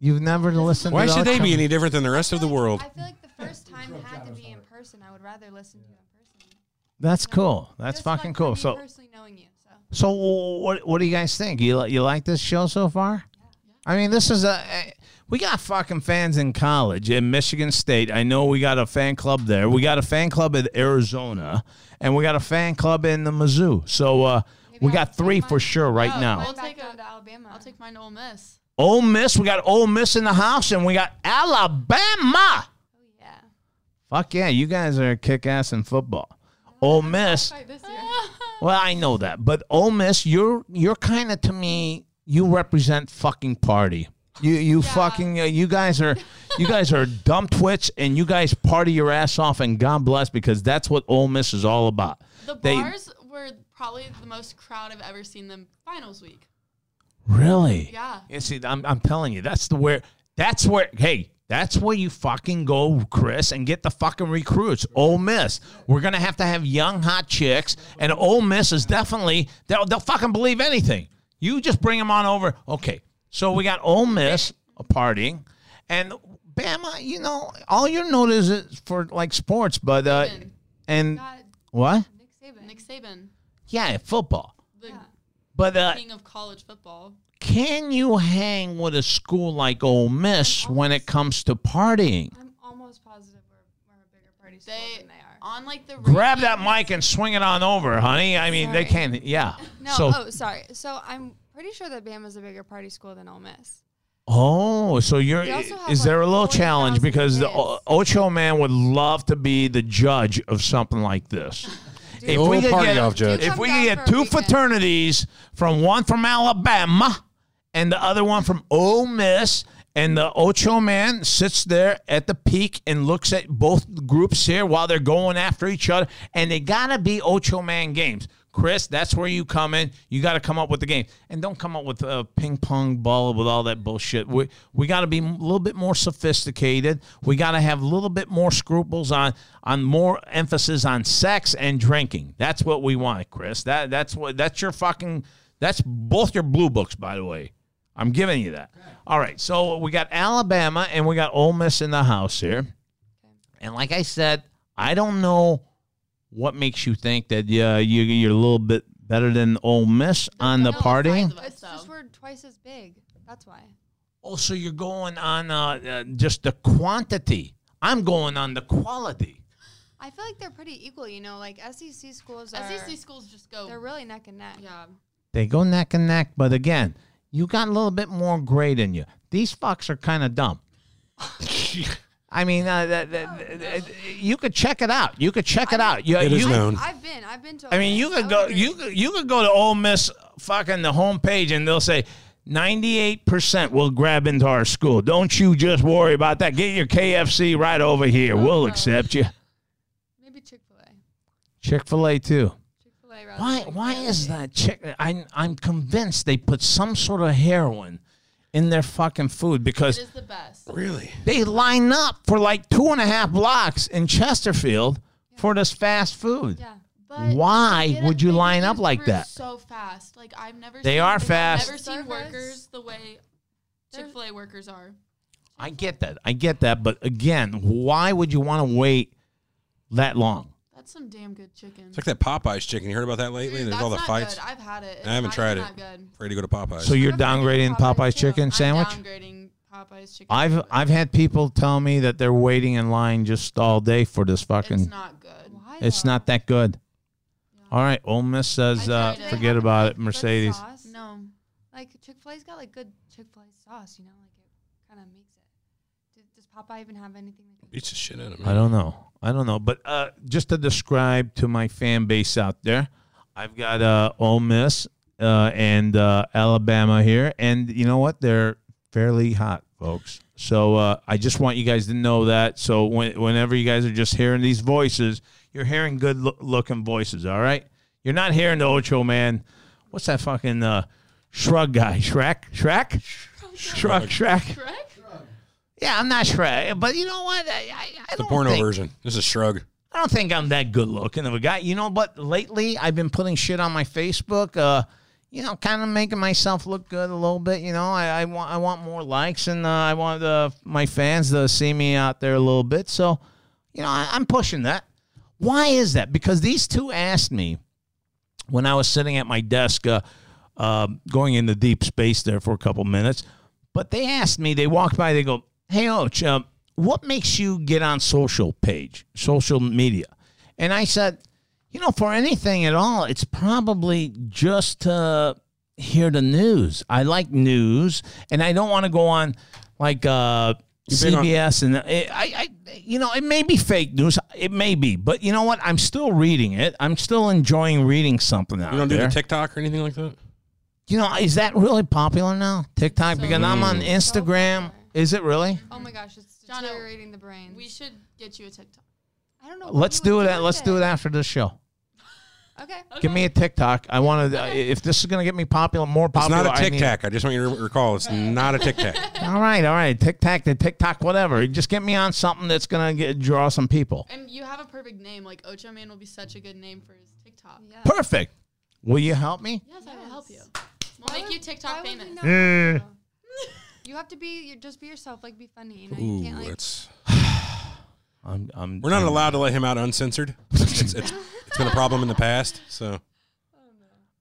Speaker 3: You've never listened.
Speaker 4: Why
Speaker 3: to
Speaker 4: should
Speaker 3: our
Speaker 4: they
Speaker 3: com-
Speaker 4: be any different than the rest of the world?
Speaker 8: I feel like the first time had to be in person. I would rather listen to you in person.
Speaker 3: That's cool. That's
Speaker 8: Just
Speaker 3: fucking
Speaker 8: like
Speaker 3: cool.
Speaker 8: Me
Speaker 3: So,
Speaker 8: personally knowing you, so
Speaker 3: so what? What do you guys think? You li- you like this show so far? I mean, this is a. eh, We got fucking fans in college in Michigan State. I know we got a fan club there. We got a fan club in Arizona, and we got a fan club in the Mizzou. So uh, we
Speaker 8: I'll
Speaker 3: got three
Speaker 8: take
Speaker 3: for
Speaker 8: mine.
Speaker 3: sure right
Speaker 7: Oh,
Speaker 3: now.
Speaker 7: I'll
Speaker 8: I'll back
Speaker 7: take
Speaker 8: down
Speaker 7: a-
Speaker 8: to Alabama.
Speaker 7: I'll take mine to Ole Miss.
Speaker 3: Ole Miss. We got Ole Miss in the house, and we got Alabama.
Speaker 8: oh yeah,
Speaker 3: Fuck yeah, you guys are kick ass in football. Ole Miss.
Speaker 8: fight this year. (laughs)
Speaker 3: Well, I know that, but Ole Miss, you're you're kind of to me. You represent fucking party. You you fucking uh, you guys are you guys are dumb twits, and you guys party your ass off, and God bless because that's what Ole Miss is all about.
Speaker 7: The
Speaker 3: They-
Speaker 7: bars were probably the most crowd I've ever seen them finals week.
Speaker 3: Really?
Speaker 7: Yeah.
Speaker 3: And see, I'm, I'm telling you, that's the where. That's where. Hey, that's where you fucking go, Chris, and get the fucking recruits. Ole Miss. We're gonna have to have young hot chicks, and Ole Miss is definitely they'll they'll fucking believe anything. You just bring them on over. Okay, so we got Ole Miss uh, partying, and Bama. You know, all you're known is is for like sports, but uh,
Speaker 7: Saban.
Speaker 3: and
Speaker 8: Got
Speaker 3: what?
Speaker 8: Nick Saban.
Speaker 7: Nick Saban,
Speaker 3: Yeah, football.
Speaker 7: the
Speaker 3: But uh,
Speaker 7: king of college football.
Speaker 3: can you hang with a school like Ole Miss when it comes to partying?
Speaker 8: I'm almost positive we're, we're a bigger party school
Speaker 7: They,
Speaker 8: than they are.
Speaker 7: on like the
Speaker 3: Grab that
Speaker 7: rankings-
Speaker 3: mic and swing it on over, honey. I mean, they
Speaker 8: Sorry.
Speaker 3: can't. Yeah.
Speaker 8: No,
Speaker 3: so,
Speaker 8: oh sorry. So I'm pretty sure that Bama's a bigger party school than Ole Miss.
Speaker 3: oh, so you're.
Speaker 8: They also have,
Speaker 3: Is there a
Speaker 8: like,
Speaker 3: little challenge
Speaker 8: 40,000
Speaker 3: because the o-
Speaker 8: kids.
Speaker 3: Ocho man would love to be the judge of something like this. If
Speaker 4: Oh,
Speaker 3: we could
Speaker 4: party
Speaker 3: get,
Speaker 4: off, Judge.
Speaker 3: if
Speaker 8: Come
Speaker 3: we
Speaker 8: down
Speaker 3: could
Speaker 8: for
Speaker 3: get
Speaker 8: a
Speaker 3: two
Speaker 8: weekend.
Speaker 3: fraternities from one from Alabama and the other one from Ole Miss, and the Ocho man sits there at the peak and looks at both groups here while they're going after each other, and they gotta be Ocho man games. Chris, that's where you come in. You got to come up with the game, and don't come up with a ping pong ball with all that bullshit. We we got to be a little bit more sophisticated. We got to have a little bit more scruples on on more emphasis on sex and drinking. That's what we want, Chris. That that's what that's your fucking that's both your blue books, by the way. I'm giving you that. All right, so we got Alabama and we got Ole Miss in the house here, and like I said, I don't know what makes you think that uh, you you're a little bit better than Ole Miss on the
Speaker 7: No,
Speaker 3: party?
Speaker 7: size of us,
Speaker 8: It's just
Speaker 7: though.
Speaker 8: we're twice as big. That's why.
Speaker 3: Oh, so you're going on uh, uh, just the quantity. I'm going on the quality.
Speaker 8: I feel like they're pretty equal, you know, like SEC schools are
Speaker 7: SEC schools just go.
Speaker 8: they're really neck and neck.
Speaker 7: E yeah.
Speaker 3: They go neck and neck, but again, you got a little bit more grade in you. These fucks are kind of dumb. I mean, uh, that, that, that- you could check it out. You could check it out. You,
Speaker 4: It is
Speaker 3: you-
Speaker 4: known.
Speaker 8: I've been, I've been to.
Speaker 3: I mean, you could
Speaker 8: would
Speaker 3: go.
Speaker 8: agree.
Speaker 3: You could, you could go to Ole Miss fucking the homepage, and they'll say. 98% will grab into our school. Don't you just worry about that. Get your KFC right over here. We'll accept you.
Speaker 7: Maybe Chick Fil A.
Speaker 3: Chick fil A, too.
Speaker 7: Chick Fil A.
Speaker 3: Why? Why is that chick? I, I'm convinced they put some sort of heroin in their fucking food
Speaker 7: It
Speaker 3: because
Speaker 7: is the best.
Speaker 4: Really?
Speaker 3: they line up for like two and a half blocks in Chesterfield for this fast food.
Speaker 7: Yeah.
Speaker 3: Why
Speaker 7: they get
Speaker 3: would
Speaker 7: it-
Speaker 3: you
Speaker 7: they
Speaker 3: line
Speaker 7: get
Speaker 3: up
Speaker 7: it
Speaker 3: like
Speaker 7: through
Speaker 3: that?
Speaker 7: So fast. Like I've never.
Speaker 3: They
Speaker 7: seen,
Speaker 3: are
Speaker 7: I've
Speaker 3: fast.
Speaker 7: never seen
Speaker 8: Service.
Speaker 7: workers the way Chick Fil A workers are.
Speaker 3: I get that. I get that. But again, why would you want to wait that long?
Speaker 7: That's some damn good chicken.
Speaker 4: It's like that Popeyes chicken. You heard about that lately?
Speaker 7: Dude,
Speaker 4: There's
Speaker 7: that's
Speaker 4: all the
Speaker 7: not
Speaker 4: fights.
Speaker 7: Good. I've had it. It's
Speaker 4: I haven't
Speaker 7: not-
Speaker 4: tried it.
Speaker 7: it's Not good.
Speaker 4: Afraid to go to Popeyes.
Speaker 3: So you're
Speaker 8: I've never
Speaker 3: downgrading
Speaker 8: had Popeyes
Speaker 3: Popeye's chicken
Speaker 8: chicken.
Speaker 3: sandwich?
Speaker 7: I'm downgrading Popeye's chicken.
Speaker 3: I've
Speaker 7: sandwich.
Speaker 3: I've had people tell me that they're waiting in line just all day for this fucking.
Speaker 7: It's not good.
Speaker 8: Why
Speaker 3: It's
Speaker 8: though?
Speaker 3: not that good. All right, Ole Miss says
Speaker 7: I
Speaker 3: uh,
Speaker 7: tried it.
Speaker 3: forget about it, Mercedes.
Speaker 8: No,
Speaker 7: No.
Speaker 8: like Chick Fil A's got like good Chick Fil A sauce, you know, like it kind of makes it. Does, does Popeye even have anything? That
Speaker 4: Beats the shit out of me.
Speaker 3: I don't know. I don't know. But uh, just to describe to my fan base out there, I've got uh, Ole Miss uh, and uh, Alabama here, and you know what? They're fairly hot, folks. So uh, I just want you guys to know that. So when, whenever you guys are just hearing these voices, you're hearing good loo- looking voices. All right, you're not hearing the Ocho man. What's that fucking uh, shrug guy? Shrek? Shrek? Shrug, Shrek.
Speaker 7: Correct?
Speaker 3: Yeah, I'm not Shrek, but you know what? I, I, I
Speaker 4: The
Speaker 3: don't
Speaker 4: porno
Speaker 3: think-
Speaker 4: version. This is shrug.
Speaker 3: I don't think I'm that good looking of a guy. You know, but lately I've been putting shit on my Facebook. Uh, you know, kind of making myself look good a little bit. You know, I, I want I want more likes, and uh, I want uh, my fans to see me out there a little bit. So, you know, I, I'm pushing that. Why is that? Because these two asked me when I was sitting at my desk, uh, um going into deep space there for a couple minutes. But they asked me, they walked by, they go, Hey, Oach, uh, what makes you get on social page, social media? And I said, You know, for anything at all, it's probably just to hear the news. I like news, and I don't want to go on like, uh,
Speaker 4: been on-
Speaker 3: CBS and uh, it, I, I, you know, it may be fake news. It may be, but you know what? I'm still reading it. I'm still enjoying reading something out
Speaker 4: You don't do
Speaker 3: there.
Speaker 4: the TikTok or anything like that?
Speaker 3: you know, is that really popular now? TikTok? because I'm on Instagram. is it really?
Speaker 8: Oh my gosh, it's
Speaker 7: Jono,
Speaker 8: deteriorating the brain.
Speaker 7: We should get you a TikTok.
Speaker 8: I don't know. what
Speaker 3: Let's
Speaker 8: you
Speaker 3: do
Speaker 8: would
Speaker 3: it. at- Let's
Speaker 8: with
Speaker 3: do it after this show.
Speaker 8: Okay.
Speaker 3: Give me a TikTok. I want to. If this is gonna get me popular, more
Speaker 4: It's
Speaker 3: popular.
Speaker 4: not a
Speaker 3: I
Speaker 4: Tic
Speaker 3: need-
Speaker 4: Tac. I just want you to recall it's not a
Speaker 3: (laughs)
Speaker 4: Tic Tac.
Speaker 3: all right, all right. TikTok, the TikTok, whatever. Just get me on something that's gonna get, draw some people.
Speaker 7: And you have a perfect name. Like Ocho Man will be such a good name for his TikTok.
Speaker 8: Yeah.
Speaker 3: Perfect. Will you help me?
Speaker 7: Yes, I will
Speaker 8: Yes.
Speaker 7: help you. We'll make you
Speaker 8: Why
Speaker 7: TikTok
Speaker 8: would we
Speaker 7: famous.
Speaker 8: not? You have to be you just be yourself. Like be funny. You know, you
Speaker 4: Ooh,
Speaker 8: can't like.
Speaker 4: it's,
Speaker 3: I'm. I'm
Speaker 4: we're not allowed to let him out
Speaker 3: (laughs)
Speaker 4: uncensored. It's, it's, it's been a problem in the past. So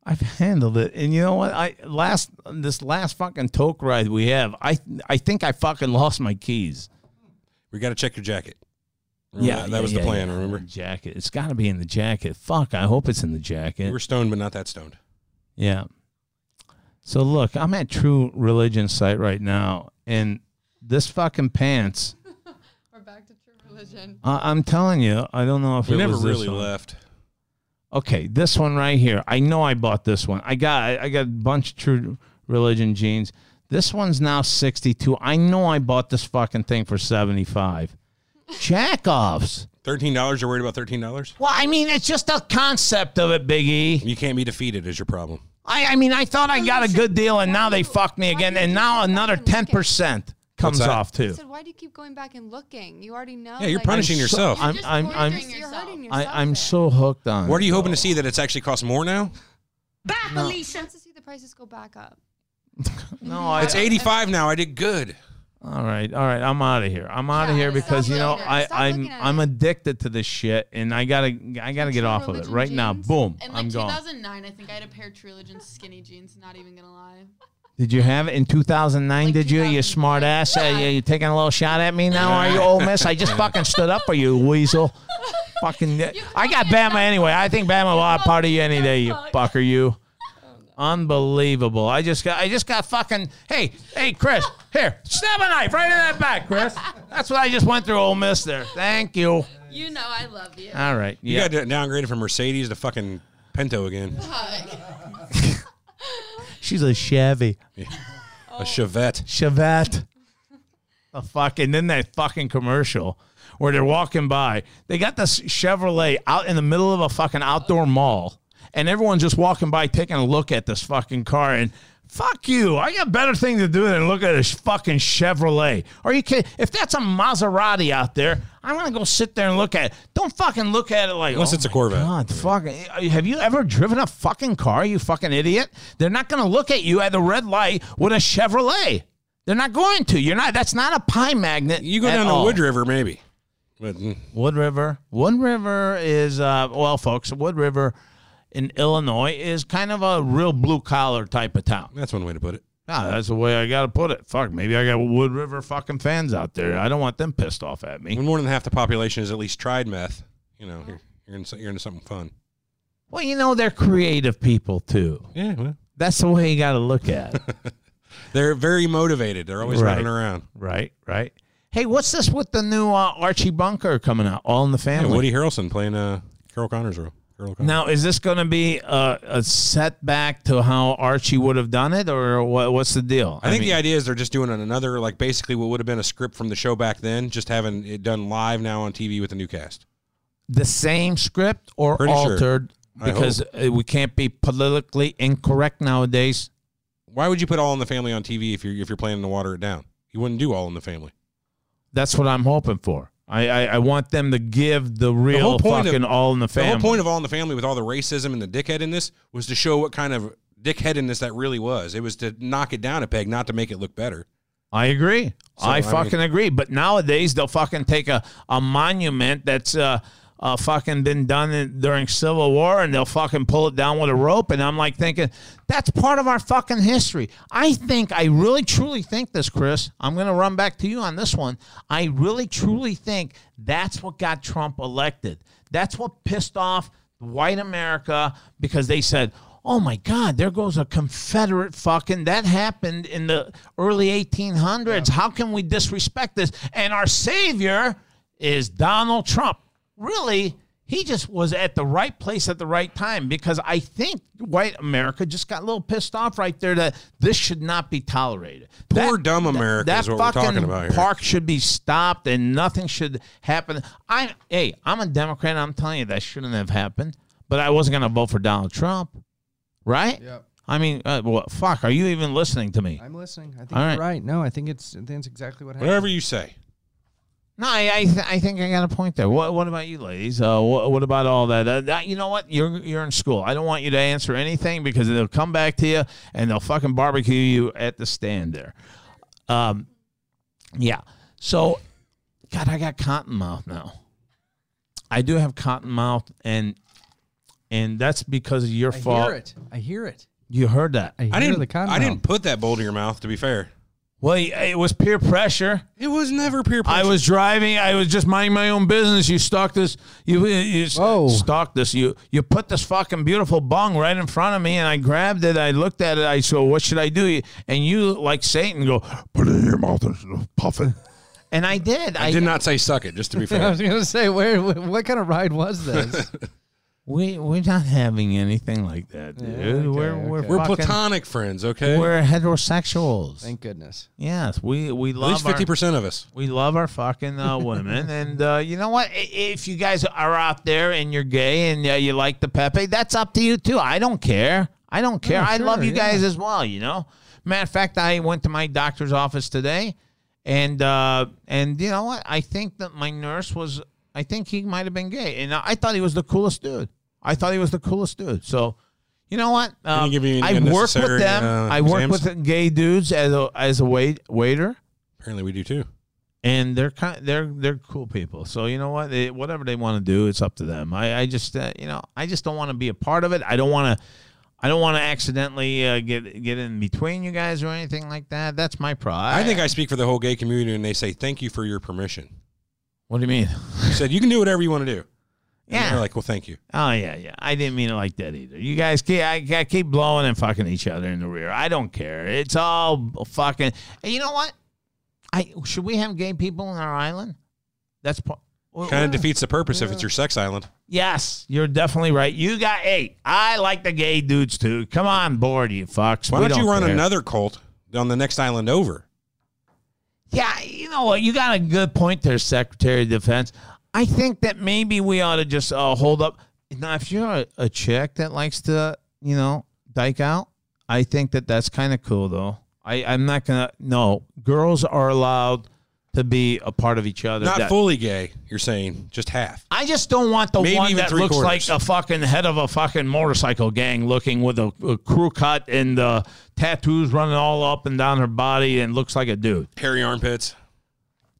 Speaker 3: I've handled it, and you know what? I last this last fucking toke ride we have, I I think I fucking lost my keys.
Speaker 4: we got to check your jacket. Remember that, that was the
Speaker 3: yeah,
Speaker 4: plan.
Speaker 3: yeah.
Speaker 4: Remember,
Speaker 3: jacket. It's got to be in the jacket. Fuck, I hope it's in the jacket.
Speaker 4: we were stoned, but not that stoned.
Speaker 3: yeah. So look, I'm at True Religion site right now, and this fucking pants.
Speaker 7: We're back to true religion.
Speaker 3: I- I'm telling you, I don't know if
Speaker 4: We
Speaker 3: it
Speaker 4: never
Speaker 3: was this
Speaker 4: really
Speaker 3: one.
Speaker 4: left.
Speaker 3: Okay, this one right here. I know I bought this one. I got I got a bunch of True Religion jeans. This one's now 62. I know I bought this fucking thing for 75. Jackoffs.
Speaker 4: Thirteen dollars. You're worried about thirteen dollars.
Speaker 3: Well, I mean, it's just the concept of it, Big E.
Speaker 4: You can't be defeated. Is your problem?
Speaker 3: I, I mean, I thought I got a good deal, and now they fuck me
Speaker 8: Why
Speaker 3: again,
Speaker 8: do you
Speaker 3: and now
Speaker 8: keep
Speaker 3: another
Speaker 8: fucking looking?
Speaker 3: 10% comes
Speaker 4: that?
Speaker 3: off
Speaker 8: I
Speaker 3: too.
Speaker 8: said, why do you keep going back and looking? You already know.
Speaker 4: Yeah, you're
Speaker 8: like,
Speaker 4: punishing yourself.
Speaker 3: Oh I'm
Speaker 7: Just
Speaker 3: I'm I'm
Speaker 7: torturing
Speaker 8: You're
Speaker 7: yourself.
Speaker 8: hurting yourself.
Speaker 3: I, I'm
Speaker 8: there.
Speaker 3: so hooked on.
Speaker 4: what are
Speaker 3: it.
Speaker 4: you hoping to see that it's actually cost more now?
Speaker 8: She wants to see the prices go back up.
Speaker 3: No, I,
Speaker 4: It's eighty five now. I did good.
Speaker 3: all right, all right. I'm out of here. I'm out of
Speaker 8: Yeah,
Speaker 3: here because you know
Speaker 8: stop
Speaker 3: I
Speaker 8: looking at it.
Speaker 3: I'm
Speaker 8: Stop looking at
Speaker 3: I'm
Speaker 8: it.
Speaker 3: addicted to this shit, and I gotta I gotta get
Speaker 8: True
Speaker 3: off of it
Speaker 8: religion
Speaker 3: right now.
Speaker 8: jeans.
Speaker 3: Boom,
Speaker 7: In like
Speaker 3: I'm gone.
Speaker 7: 2009, I think I had a pair of True Religion skinny jeans. Not even gonna lie.
Speaker 3: Did you have it in 2009?
Speaker 7: Like
Speaker 3: did you? You
Speaker 7: 2009.
Speaker 3: smart ass. Uh, you, you taking a little shot at me now? Are you, old miss? I just fucking stood up for you, weasel. Fucking, I got Bama anyway. I think Bama will outparty you Oh, any day, you fucker, you. Unbelievable. I just got, I just got fucking. Hey, hey, Chris, here, stab a knife right in that back, Chris. That's what I just went through, Ole Miss. There, thank you.
Speaker 7: You know I love you.
Speaker 3: All right,
Speaker 4: You
Speaker 3: yeah.
Speaker 4: got downgraded from Mercedes to fucking
Speaker 3: (laughs)
Speaker 4: Pinto again.
Speaker 3: She's a Chevy.
Speaker 4: A Chevette.
Speaker 3: Chevette. The fucking then that fucking commercial where they're walking by. They got this Chevrolet out in the middle of a fucking outdoor mall, and everyone's just walking by taking a look at this fucking car and. Fuck you! I got better things to do than look at a sh- fucking Chevrolet. Are you kidding? If that's a Maserati out there, I'm gonna go sit there and look at it. Don't fucking look at it like
Speaker 4: Unless
Speaker 3: "Oh
Speaker 4: it's a
Speaker 3: my
Speaker 4: Corvette."
Speaker 3: God, fucking, Eh, have you ever driven a fucking car? You fucking idiot! They're not gonna look at you at the red light with a Chevrolet. They're not going to. You're not. That's not a pie magnet.
Speaker 4: You go
Speaker 3: at
Speaker 4: down to
Speaker 3: all.
Speaker 4: Wood River, maybe. But mm,
Speaker 3: Wood River. Wood River is uh, well, folks. Wood River in Illinois is kind of a real blue collar type of town.
Speaker 4: that's one way to put it.
Speaker 3: Ah, that's the way I gotta put it. Fuck, maybe I got Wood River fucking fans out there. I don't want them pissed off at me.
Speaker 4: When more than half the population has at least tried meth, you know, you're, you're, into, you're into something fun.
Speaker 3: Well, you know they're creative people too.
Speaker 4: Yeah, well.
Speaker 3: That's the way you gotta look at. it.
Speaker 4: They're very motivated. They're always
Speaker 3: Right.
Speaker 4: running around.
Speaker 3: Right, right. Hey, what's this with the new uh, Archie Bunker coming out? All in the
Speaker 4: Yeah,
Speaker 3: family.
Speaker 4: Woody Harrelson playing uh, Carol Connor's role. Carol Connor.
Speaker 3: now, is this going to be a, a setback to how Archie would have done it, or what, what's the deal?
Speaker 4: I think
Speaker 3: mean,
Speaker 4: the idea is they're just doing another, like basically what would have been a script from the show back then, just having it done live now on TV with a new cast.
Speaker 3: the same script or
Speaker 4: Pretty sure.
Speaker 3: altered
Speaker 4: I
Speaker 3: because uh we can't be politically incorrect nowadays.
Speaker 4: Why would you put All in the Family on TV if you're if you're planning to water it down? You wouldn't do All in the Family.
Speaker 3: That's what I'm hoping for. I, I, I want them to give the real
Speaker 4: whole point of-
Speaker 3: fucking all in the
Speaker 4: The
Speaker 3: family.
Speaker 4: whole point of All in the Family with all the racism and the dickhead in this was to show what kind of dickhead in this that really was. It was to knock it down a peg, not to make it look better.
Speaker 3: I agree.
Speaker 4: So, I
Speaker 3: I
Speaker 4: mean-
Speaker 3: fucking agree. But nowadays they'll fucking take a, a monument that's uh, uh fucking been done in, during Civil War and they'll fucking pull it down with a rope. And I'm like thinking that's part of our fucking history. I think I really truly think this, Chris. I'm gonna run back to you on this one. I really truly think that's what got Trump elected. That's what pissed off white America because they said, "Oh my God, there goes a Confederate fucking that happened in the early 1800s. How can we disrespect this?" And our savior is Donald Trump. Really, he just was at the right place at the right time because I think white America just got a little pissed off right there that this should not be tolerated.
Speaker 4: Poor
Speaker 3: That-
Speaker 4: dumb America
Speaker 3: that
Speaker 4: is what we're talking
Speaker 3: fucking
Speaker 4: about here.
Speaker 3: Park should be stopped and nothing should happen. I hey, I'm a Democrat. and I'm telling you that shouldn't have happened. But I wasn't going to vote for Donald Trump, right?
Speaker 5: Yep.
Speaker 3: I mean, uh, well, fuck. Are you even listening to me?
Speaker 5: I'm listening. I think
Speaker 3: All
Speaker 5: you're
Speaker 3: right.
Speaker 5: right. No, I think it's I think it's exactly what happened.
Speaker 4: Whatever you say.
Speaker 3: No, I I, th- I think I got a point there. What What about you, ladies? Uh, what, what about all that? Uh, that? You know what? You're you're in school. I don't want you to answer anything because they'll come back to you and they'll fucking barbecue you at the stand there. Um, yeah. So, God, I got cotton mouth now. I do have cotton mouth, and and that's because of your
Speaker 5: I
Speaker 3: fault.
Speaker 5: hear it. I hear it.
Speaker 3: You heard that.
Speaker 5: I, hear
Speaker 4: I didn't.
Speaker 5: The
Speaker 4: I
Speaker 5: (laughs)
Speaker 4: didn't put that bowl to your mouth. To be fair,
Speaker 3: Well, it was peer pressure.
Speaker 4: it was never peer pressure.
Speaker 3: I was driving. I was just minding my own business. You stalked this. You, you s-
Speaker 5: Whoa.
Speaker 3: stalked this. You you put this fucking beautiful bong right in front of me, and I grabbed it. I looked at it. I said, "What should I do?" And you, like Satan, go put it in your mouth and puff it. And I did. I,
Speaker 4: I did not say suck it. Just to be
Speaker 5: I
Speaker 4: fair,
Speaker 5: was gonna say, where? What kind of
Speaker 4: (laughs)
Speaker 5: ride was this?
Speaker 3: We we're not having anything like that, dude.
Speaker 5: okay,
Speaker 3: we're we're,
Speaker 5: okay.
Speaker 4: we're
Speaker 3: fucking-
Speaker 4: platonic friends. Okay,
Speaker 3: We're heterosexuals.
Speaker 5: Thank goodness.
Speaker 3: yes, we we
Speaker 4: at
Speaker 3: love
Speaker 4: least
Speaker 3: our-
Speaker 4: fifty percent of us.
Speaker 3: We love our fucking
Speaker 4: (laughs)
Speaker 3: uh, women, and uh, you know what? I- If you guys are out there and you're gay and uh, you like the Pepe, that's up to you too. I don't care. I don't care. I
Speaker 5: sure,
Speaker 3: love you
Speaker 5: yeah.
Speaker 3: guys as well. You know. Matter of fact, I went to my doctor's office today, and uh, and you know what? I think that my nurse was. I think he might have been gay, and I thought he was the coolest dude. I thought he was the coolest dude. So. You know what? Um,
Speaker 4: give you any
Speaker 3: I work with
Speaker 4: unnecessary,
Speaker 3: them.
Speaker 4: uh,
Speaker 3: I work
Speaker 4: exams?
Speaker 3: with gay dudes as a as a wait, waiter
Speaker 4: Apparently, we do too.
Speaker 3: and they're kind they're they're cool people. So you know what, they, whatever they want to do, it's up to them. I I just uh, you know I just don't want to be a part of it. I don't want to. I don't want to accidentally uh, get get in between you guys or anything like that. That's my pride.
Speaker 4: I think I speak for the whole gay community, and they say thank you for your permission.
Speaker 3: What do you mean?
Speaker 4: He said you can do whatever you want to do. And
Speaker 3: (laughs) Yeah.
Speaker 4: They're like, well, thank you.
Speaker 3: Oh yeah, yeah. I didn't mean it like that either. You guys keep I, I keep blowing and fucking each other in the rear. I don't care. It's all fucking. And you know what? I should we have gay people on our island? That's part.
Speaker 4: Kind of defeats the purpose if it's your sex island.
Speaker 3: Yes, you're definitely right. You got eight. I like the gay dudes too. Come on board, you fucks.
Speaker 4: Why
Speaker 3: We
Speaker 4: don't, you run
Speaker 3: care.
Speaker 4: another cult on the next island over?
Speaker 3: Yeah, you know what? You got a good point there, Secretary of Defense. I think that maybe we ought to just uh, hold up. Now, if you're a, a chick that likes to, you know, dike out, I think that that's kind of cool, though. I, I'm not going to, no, girls are allowed to be a part of each other.
Speaker 4: Not
Speaker 3: That-
Speaker 4: fully gay, you're saying, just half.
Speaker 3: I just don't want the
Speaker 4: Maybe
Speaker 3: one
Speaker 4: even
Speaker 3: that
Speaker 4: three
Speaker 3: looks
Speaker 4: quarters.
Speaker 3: like a fucking head of a fucking motorcycle gang looking with a, a crew cut and uh, tattoos running all up and down her body and looks like a dude.
Speaker 4: Hairy armpits.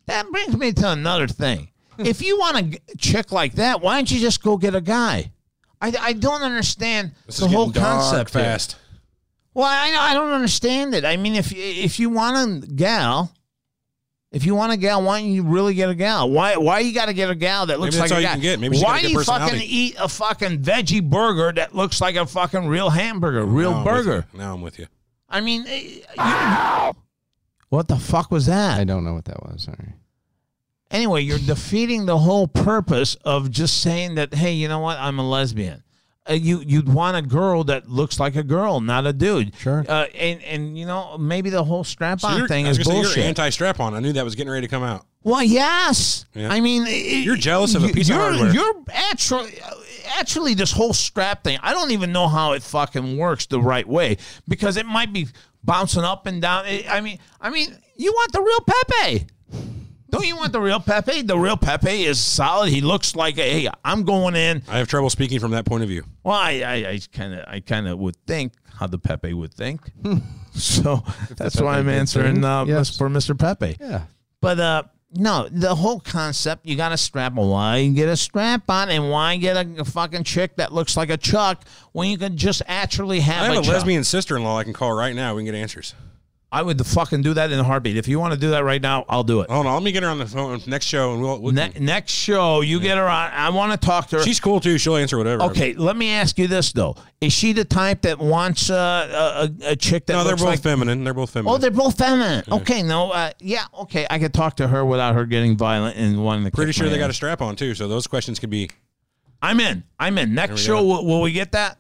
Speaker 3: That brings me to another
Speaker 4: (laughs)
Speaker 3: thing. if you want a g- chick like that, why don't you just go get a guy? I, I don't understand
Speaker 4: This
Speaker 3: the
Speaker 4: is
Speaker 3: whole
Speaker 4: getting dark
Speaker 3: concept. here.
Speaker 4: fast.
Speaker 3: Well, I, I don't understand it. I mean, if you- if you want a gal, if you want a gal, why don't you really get a gal? Why why you got to get a gal that looks
Speaker 4: Maybe that's
Speaker 3: like
Speaker 4: all
Speaker 3: a
Speaker 4: you
Speaker 3: guy?
Speaker 4: can get. Maybe she's got
Speaker 3: why
Speaker 4: a
Speaker 3: do
Speaker 4: good
Speaker 3: you
Speaker 4: personality.
Speaker 3: fucking eat a fucking veggie burger that looks like a fucking real hamburger, real
Speaker 4: Now I'm with
Speaker 3: burger?
Speaker 4: you. Now I'm with you.
Speaker 3: I mean, eh, you- what the fuck was that?
Speaker 5: I don't know what that was. Sorry.
Speaker 3: anyway, you're defeating the whole purpose of just saying that, hey, you know what, I'm a lesbian. Uh, you you'd want a girl that looks like a girl, not a dude.
Speaker 5: Sure.
Speaker 3: Uh, and and you know maybe the whole strap
Speaker 4: So
Speaker 3: on
Speaker 4: you're-
Speaker 3: thing
Speaker 4: I was
Speaker 3: is
Speaker 4: gonna say,
Speaker 3: bullshit.
Speaker 4: You're anti-strap on. I knew that was getting ready to come out.
Speaker 3: well, yes.
Speaker 4: Yeah.
Speaker 3: I mean, it-
Speaker 4: You're jealous of a
Speaker 3: you-
Speaker 4: piece of
Speaker 3: you're,
Speaker 4: hardware.
Speaker 3: You're actually actually this whole strap thing. I don't even know how it fucking works the right way because it might be bouncing up and down. It- I mean, I mean, you want the real Pepe. Don't you want the real Pepe? The real Pepe is solid. He looks like, hey, I'm going in.
Speaker 4: I have trouble speaking from that point of view.
Speaker 3: Well, I, I, I kind of, I kind of would think how the Pepe would
Speaker 4: (laughs)
Speaker 3: think. so that's why
Speaker 5: Pepe
Speaker 3: I'm
Speaker 5: did
Speaker 3: answering
Speaker 5: think,
Speaker 3: uh,
Speaker 5: yes.
Speaker 3: Miss- for Mr. Pepe.
Speaker 5: Yeah.
Speaker 3: But uh, no, the whole concept you got to strap on. Why you get a strap on, and why get a, a fucking chick that looks like a Chuck when you can just actually have,
Speaker 4: I have a
Speaker 3: Chuck?
Speaker 4: lesbian sister-in-law I can call right now. We can get answers.
Speaker 3: I would fucking do that in a heartbeat. If you want to do that right now, I'll do it.
Speaker 4: Hold on, let me get her on the phone next show, and we'll. we'll
Speaker 3: Ne- next show, you get her on. I want to talk to her.
Speaker 4: she's cool too. She'll answer whatever.
Speaker 3: Okay, let me ask you this though: Is she the type that wants uh, a, a, a chick that
Speaker 4: No, they're
Speaker 3: looks
Speaker 4: both
Speaker 3: like?
Speaker 4: feminine. They're both feminine.
Speaker 3: Oh, they're both feminine. Okay, no, uh, yeah, okay, I could talk to her without her getting violent and wanting to.
Speaker 4: Pretty
Speaker 3: kick
Speaker 4: sure
Speaker 3: my
Speaker 4: they got
Speaker 3: ass.
Speaker 4: a strap on too. So those questions could be.
Speaker 3: I'm in. I'm in.
Speaker 4: There
Speaker 3: Next
Speaker 4: we
Speaker 3: show,
Speaker 4: go.
Speaker 3: will, will we get that?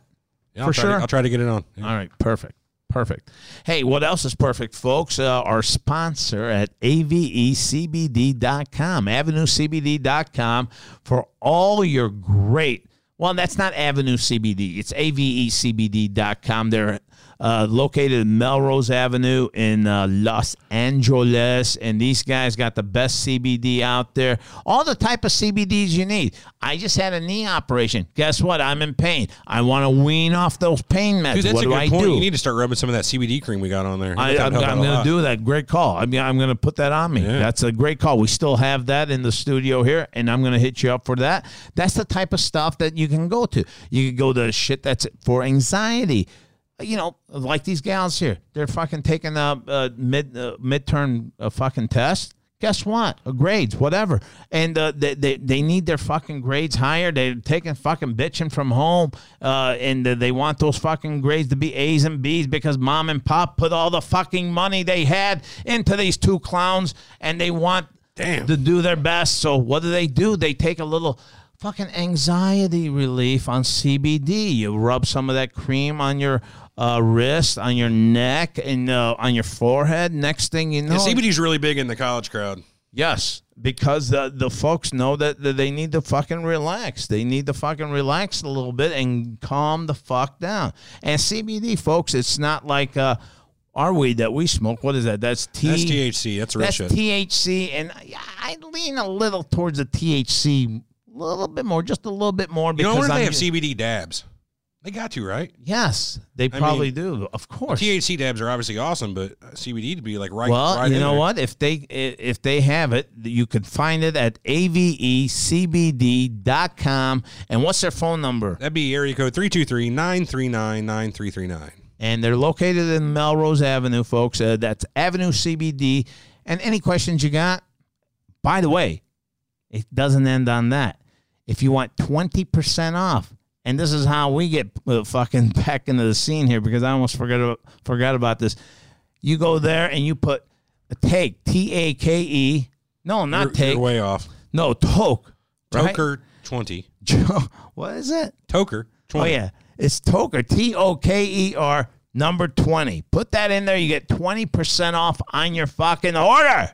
Speaker 4: Yeah,
Speaker 3: For
Speaker 4: I'll try to-
Speaker 3: sure.
Speaker 4: I'll try to get it on. Yeah.
Speaker 3: All right, perfect. Perfect. Hey, what else is perfect, folks? Uh, our sponsor at E avecbd.com, avenuecbd.com for all your great. Well, that's not E Avenue CBD. It's E avecbd.com. They're uh, located in Melrose Avenue in uh, Los Angeles, and these guys got the best CBD out there. All the type of CBDs you need. I just had a knee operation. Guess what? I'm in pain. I want to wean off those pain meds.
Speaker 4: Dude, that's
Speaker 3: what
Speaker 4: a
Speaker 3: do
Speaker 4: good
Speaker 3: I
Speaker 4: point.
Speaker 3: do?
Speaker 4: You need to start rubbing some of that CBD cream we got on there.
Speaker 3: I,
Speaker 4: That'd
Speaker 3: I'm,
Speaker 4: help out
Speaker 3: I'm
Speaker 4: a
Speaker 3: going to
Speaker 4: lot.
Speaker 3: do that. Great call. I mean, I'm going to put that on me.
Speaker 4: Yeah.
Speaker 3: That's a great call. We still have that in the studio here, and I'm going to hit you up for that. That's the type of stuff that you can go to. You can go to shit that's for anxiety. You know, like these gals here, they're fucking taking a, uh mid uh, midterm uh, fucking test. Guess what? Uh, grades, whatever, and uh, they, they they need their fucking grades higher. They're taking fucking bitching from home, uh, and they want those fucking grades to be A's and B's because mom and pop put all the fucking money they had into these two clowns, and they want
Speaker 4: Damn.
Speaker 3: to do their best. So what do they do? They take a little fucking anxiety relief on CBD. You rub some of that cream on your uh, wrist, on your neck, and uh, on your forehead. Next thing you know,
Speaker 4: Yeah, CBD's really big in the college crowd.
Speaker 3: Yes, because the the folks know that, that they need to fucking relax. They need to fucking relax a little bit and calm the fuck down. And CBD, folks, it's not like uh, our weed that we smoke. What is that? That's T.
Speaker 4: That's THC. That's real
Speaker 3: That's
Speaker 4: shit.
Speaker 3: THC, and I I lean a little towards the THC, a little bit more, just a little bit more.
Speaker 4: you know, I
Speaker 3: Because
Speaker 4: wonder if
Speaker 3: I'm
Speaker 4: they
Speaker 3: ju-
Speaker 4: have CBD dabs. They got to right.
Speaker 3: Yes, they
Speaker 4: mean,
Speaker 3: probably do. Of course,
Speaker 4: THC dabs are obviously awesome, but uh, CBD to be like right.
Speaker 3: Oh, Well,
Speaker 4: right
Speaker 3: you
Speaker 4: in
Speaker 3: know
Speaker 4: there.
Speaker 3: what? If they i- if they have it, you can find it at E avecbd.com. And what's their phone number?
Speaker 4: That'd be area code 323-939-9339.
Speaker 3: And they're located in Melrose Avenue, folks. Uh, that's Avenue CBD. And any questions you got? By the way, it doesn't end on that. if you want 20% off. And this is how we get uh, fucking (laughs) back into the scene here because I almost forgot about, forgot about this. You go there and you put take T A K E. No, not
Speaker 4: You're- you're
Speaker 3: take.
Speaker 4: way off.
Speaker 3: No, toke. right?
Speaker 4: Toker twenty.
Speaker 3: Joe, (laughs) what is it?
Speaker 4: Toker
Speaker 3: Oh
Speaker 4: twenty.
Speaker 3: yeah, it's Toker. T O K E R number twenty. Put that in there. You get twenty percent off on your fucking order.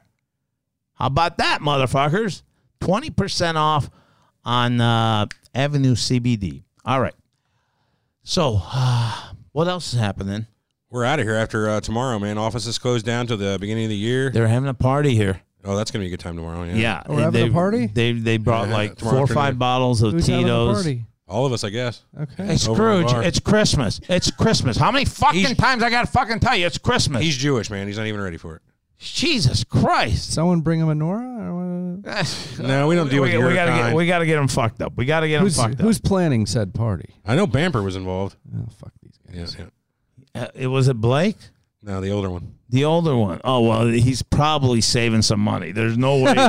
Speaker 3: How about that, motherfuckers? Twenty percent off on uh, Avenue CBD. All right. So, (sighs) uh, what else is happening?
Speaker 4: We're out of here after uh, tomorrow, man. Office is closed down till the beginning of the year.
Speaker 3: They're having a party here.
Speaker 4: Oh, that's gonna be a good time tomorrow. Yeah.
Speaker 3: Yeah,
Speaker 5: Oh, we're having a
Speaker 3: they-
Speaker 5: party?
Speaker 3: They they brought
Speaker 4: Yeah,
Speaker 3: like
Speaker 4: tomorrow
Speaker 3: four or
Speaker 4: afternoon.
Speaker 3: five bottles of
Speaker 5: Who's having the
Speaker 3: Tito's.
Speaker 5: party?
Speaker 4: All of us, I guess.
Speaker 5: Okay.
Speaker 3: Hey
Speaker 4: Over in the
Speaker 3: Scrooge,
Speaker 4: bar.
Speaker 3: it's Christmas. It's Christmas. How many fucking
Speaker 4: He's-
Speaker 3: times I gotta fucking tell you it's Christmas?
Speaker 4: He's Jewish, man. He's not even ready for it.
Speaker 3: Jesus (laughs) Christ.
Speaker 5: Someone bring a menorah? Or what?
Speaker 4: No, we don't deal with
Speaker 3: we,
Speaker 4: your
Speaker 3: we gotta
Speaker 4: kind.
Speaker 3: get we gotta get him fucked up. We gotta get him
Speaker 5: Who's,
Speaker 3: fucked
Speaker 5: who's
Speaker 3: up.
Speaker 5: planning said party?
Speaker 4: I know Bamper was involved.
Speaker 5: Oh, fuck these guys.
Speaker 4: Yeah, yeah.
Speaker 3: Uh, it was it Blake,
Speaker 4: No, the older one.
Speaker 3: the older one. Oh well, he's probably saving some money. There's no way.
Speaker 4: Dude,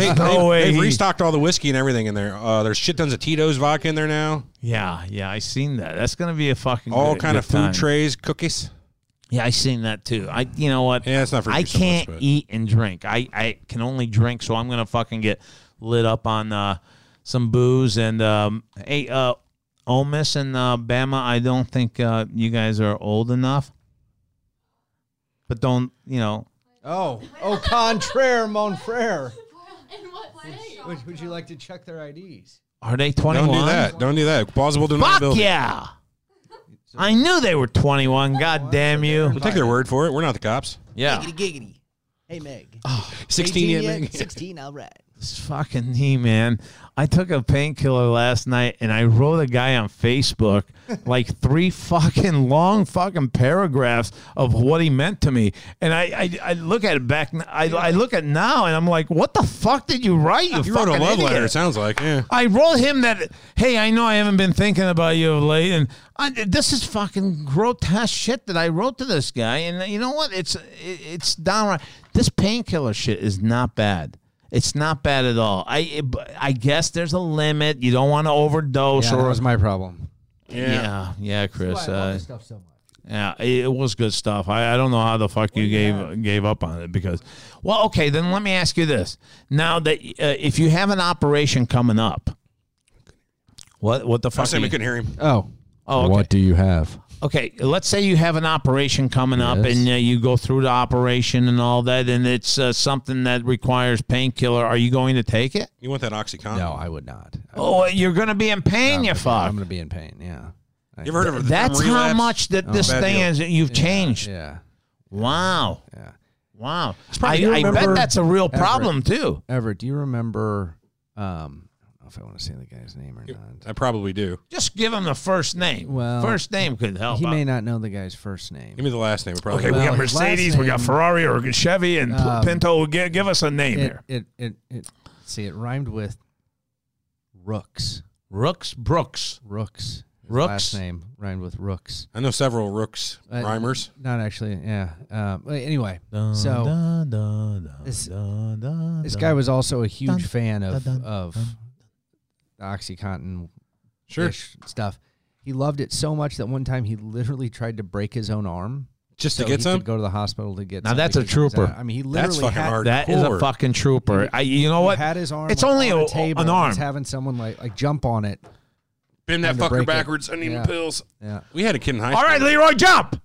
Speaker 4: they,
Speaker 3: no
Speaker 4: they,
Speaker 3: way
Speaker 4: They've
Speaker 3: he-
Speaker 4: restocked all the whiskey and everything in there. Uh, there's shit tons of Tito's vodka in there now.
Speaker 3: yeah, yeah, I seen that. That's gonna be a fucking
Speaker 4: All
Speaker 3: good-
Speaker 4: kind
Speaker 3: good
Speaker 4: of food
Speaker 3: time.
Speaker 4: trays, cookies.
Speaker 3: Yeah, I seen that too. I you know what?
Speaker 4: Yeah, it's not for
Speaker 3: I
Speaker 4: you so much,
Speaker 3: can't
Speaker 4: but-
Speaker 3: eat and drink. I I can only drink, so I'm gonna fucking get lit up on uh, some booze and um, hey uh, Ole Miss and uh, Bama. I don't think uh, you guys are old enough, but don't you know?
Speaker 5: Oh, oh, contraire, mon frere.
Speaker 7: (laughs) In what way?
Speaker 5: Would, would you like to check their IDs?
Speaker 3: Are they
Speaker 4: Don't
Speaker 3: 21?
Speaker 4: do that. Don't do that. Plausible deniability.
Speaker 3: Fuck yeah! I knew they were 21. God damn you!
Speaker 4: We'll take their word for it. We're not the cops.
Speaker 3: Yeah,
Speaker 9: Giggity giggity. Hey Meg. 18
Speaker 4: 16 yet, Meg?
Speaker 9: 16, all right.
Speaker 3: This fucking knee, man. I took a painkiller last night and I wrote a guy on
Speaker 4: (laughs)
Speaker 3: Facebook like three fucking long fucking paragraphs of what he meant to me. And I, I, I look at it back, n- I, I look at now and I'm like, what the fuck did you write? You,
Speaker 4: (laughs) You wrote a
Speaker 3: fucking
Speaker 4: love
Speaker 3: idiot?
Speaker 4: letter, it sounds like. Yeah.
Speaker 3: I wrote him that, hey, I know I haven't been thinking about you of late, and I, this is fucking grotesque shit that I wrote to this guy. And you know what? It's it, it's downright. This painkiller shit is not bad. It's not bad at all. I it, but I guess there's a limit. You don't want to overdose
Speaker 5: Yeah, that
Speaker 3: or
Speaker 5: was my problem.
Speaker 3: yeah, yeah, Chris. Uh,
Speaker 5: stuff so much.
Speaker 3: yeah, it, it was good stuff. I, I don't know how the fuck you gave gave up on it because, well, okay, then let me ask you this: now that uh, if you have an operation coming up, what what the
Speaker 4: I
Speaker 3: fuck?
Speaker 4: was
Speaker 3: are
Speaker 4: saying we
Speaker 3: you-
Speaker 4: couldn't hear him.
Speaker 5: Oh.
Speaker 3: Oh, okay.
Speaker 5: What do you have?
Speaker 3: okay, let's say you have an operation coming up
Speaker 5: Yes.
Speaker 3: and uh, you go through the operation and all that, and it's uh, something that requires painkiller. Are you going to take it?
Speaker 4: You want that OxyContin?
Speaker 5: No, I would not.
Speaker 3: Oh, you're going to be in pain, you fuck.
Speaker 5: I'm going to be in pain. Yeah.
Speaker 4: You ever heard of the term
Speaker 3: That's how
Speaker 4: relapse?
Speaker 3: much that this
Speaker 4: bad
Speaker 3: thing
Speaker 4: deal.
Speaker 3: is. that You've changed.
Speaker 5: Yeah.
Speaker 3: Wow.
Speaker 5: Yeah.
Speaker 3: Wow.
Speaker 5: probably- you
Speaker 3: I, I bet
Speaker 5: remember
Speaker 3: that's a real
Speaker 5: Everett.
Speaker 3: problem, too.
Speaker 5: Everett, do you remember? Um, I don't know if I want to say the guy's name or not.
Speaker 4: I probably do.
Speaker 3: Just give him the first name.
Speaker 5: Well,
Speaker 3: first name could help.
Speaker 5: He
Speaker 3: out.
Speaker 5: may not know the guy's first name.
Speaker 4: Give me the last name. it Probably
Speaker 3: okay,
Speaker 4: would.
Speaker 3: we
Speaker 5: Well,
Speaker 3: got
Speaker 5: his last
Speaker 3: Mercedes, we got
Speaker 5: name-
Speaker 3: Ferrari, or Chevy, and P-
Speaker 5: Um,
Speaker 3: Pinto. Give, give us a name
Speaker 5: It,
Speaker 3: here.
Speaker 5: it, it, it, see, it rhymed with Rooks.
Speaker 3: Rooks Brooks.
Speaker 5: Rooks. His
Speaker 3: Rooks?
Speaker 5: Last name rhymed with Rooks.
Speaker 4: I know several Rooks
Speaker 5: Uh,
Speaker 4: rhymers.
Speaker 5: Not actually. Yeah. Um, but anyway, so this- this guy was also a huge fan of
Speaker 3: dun,
Speaker 5: of the OxyContin
Speaker 4: Sure.
Speaker 5: stuff. He loved it so much that one time he literally tried to break his own arm
Speaker 4: Just
Speaker 5: so
Speaker 4: to get
Speaker 5: he
Speaker 4: some?
Speaker 5: could go to the hospital to get.
Speaker 3: Now
Speaker 5: something
Speaker 3: that's a
Speaker 5: because he was
Speaker 3: trooper.
Speaker 5: out. I mean, he literally
Speaker 4: That's fucking
Speaker 5: had,
Speaker 4: hard.
Speaker 3: That is a
Speaker 4: Hardcore.
Speaker 3: fucking trooper. I, you know
Speaker 5: he
Speaker 3: what?
Speaker 5: had his arm.
Speaker 3: It's
Speaker 5: like,
Speaker 3: only
Speaker 5: on
Speaker 3: a-
Speaker 5: the table
Speaker 3: an
Speaker 5: and
Speaker 3: arm.
Speaker 5: He's having someone like like jump on it.
Speaker 4: Bend that
Speaker 5: Time to break
Speaker 4: fucker
Speaker 5: it.
Speaker 4: backwards. I need
Speaker 5: Yeah.
Speaker 4: pills.
Speaker 5: Yeah,
Speaker 4: We had a kid in high school.
Speaker 3: All right, Leroy, jump!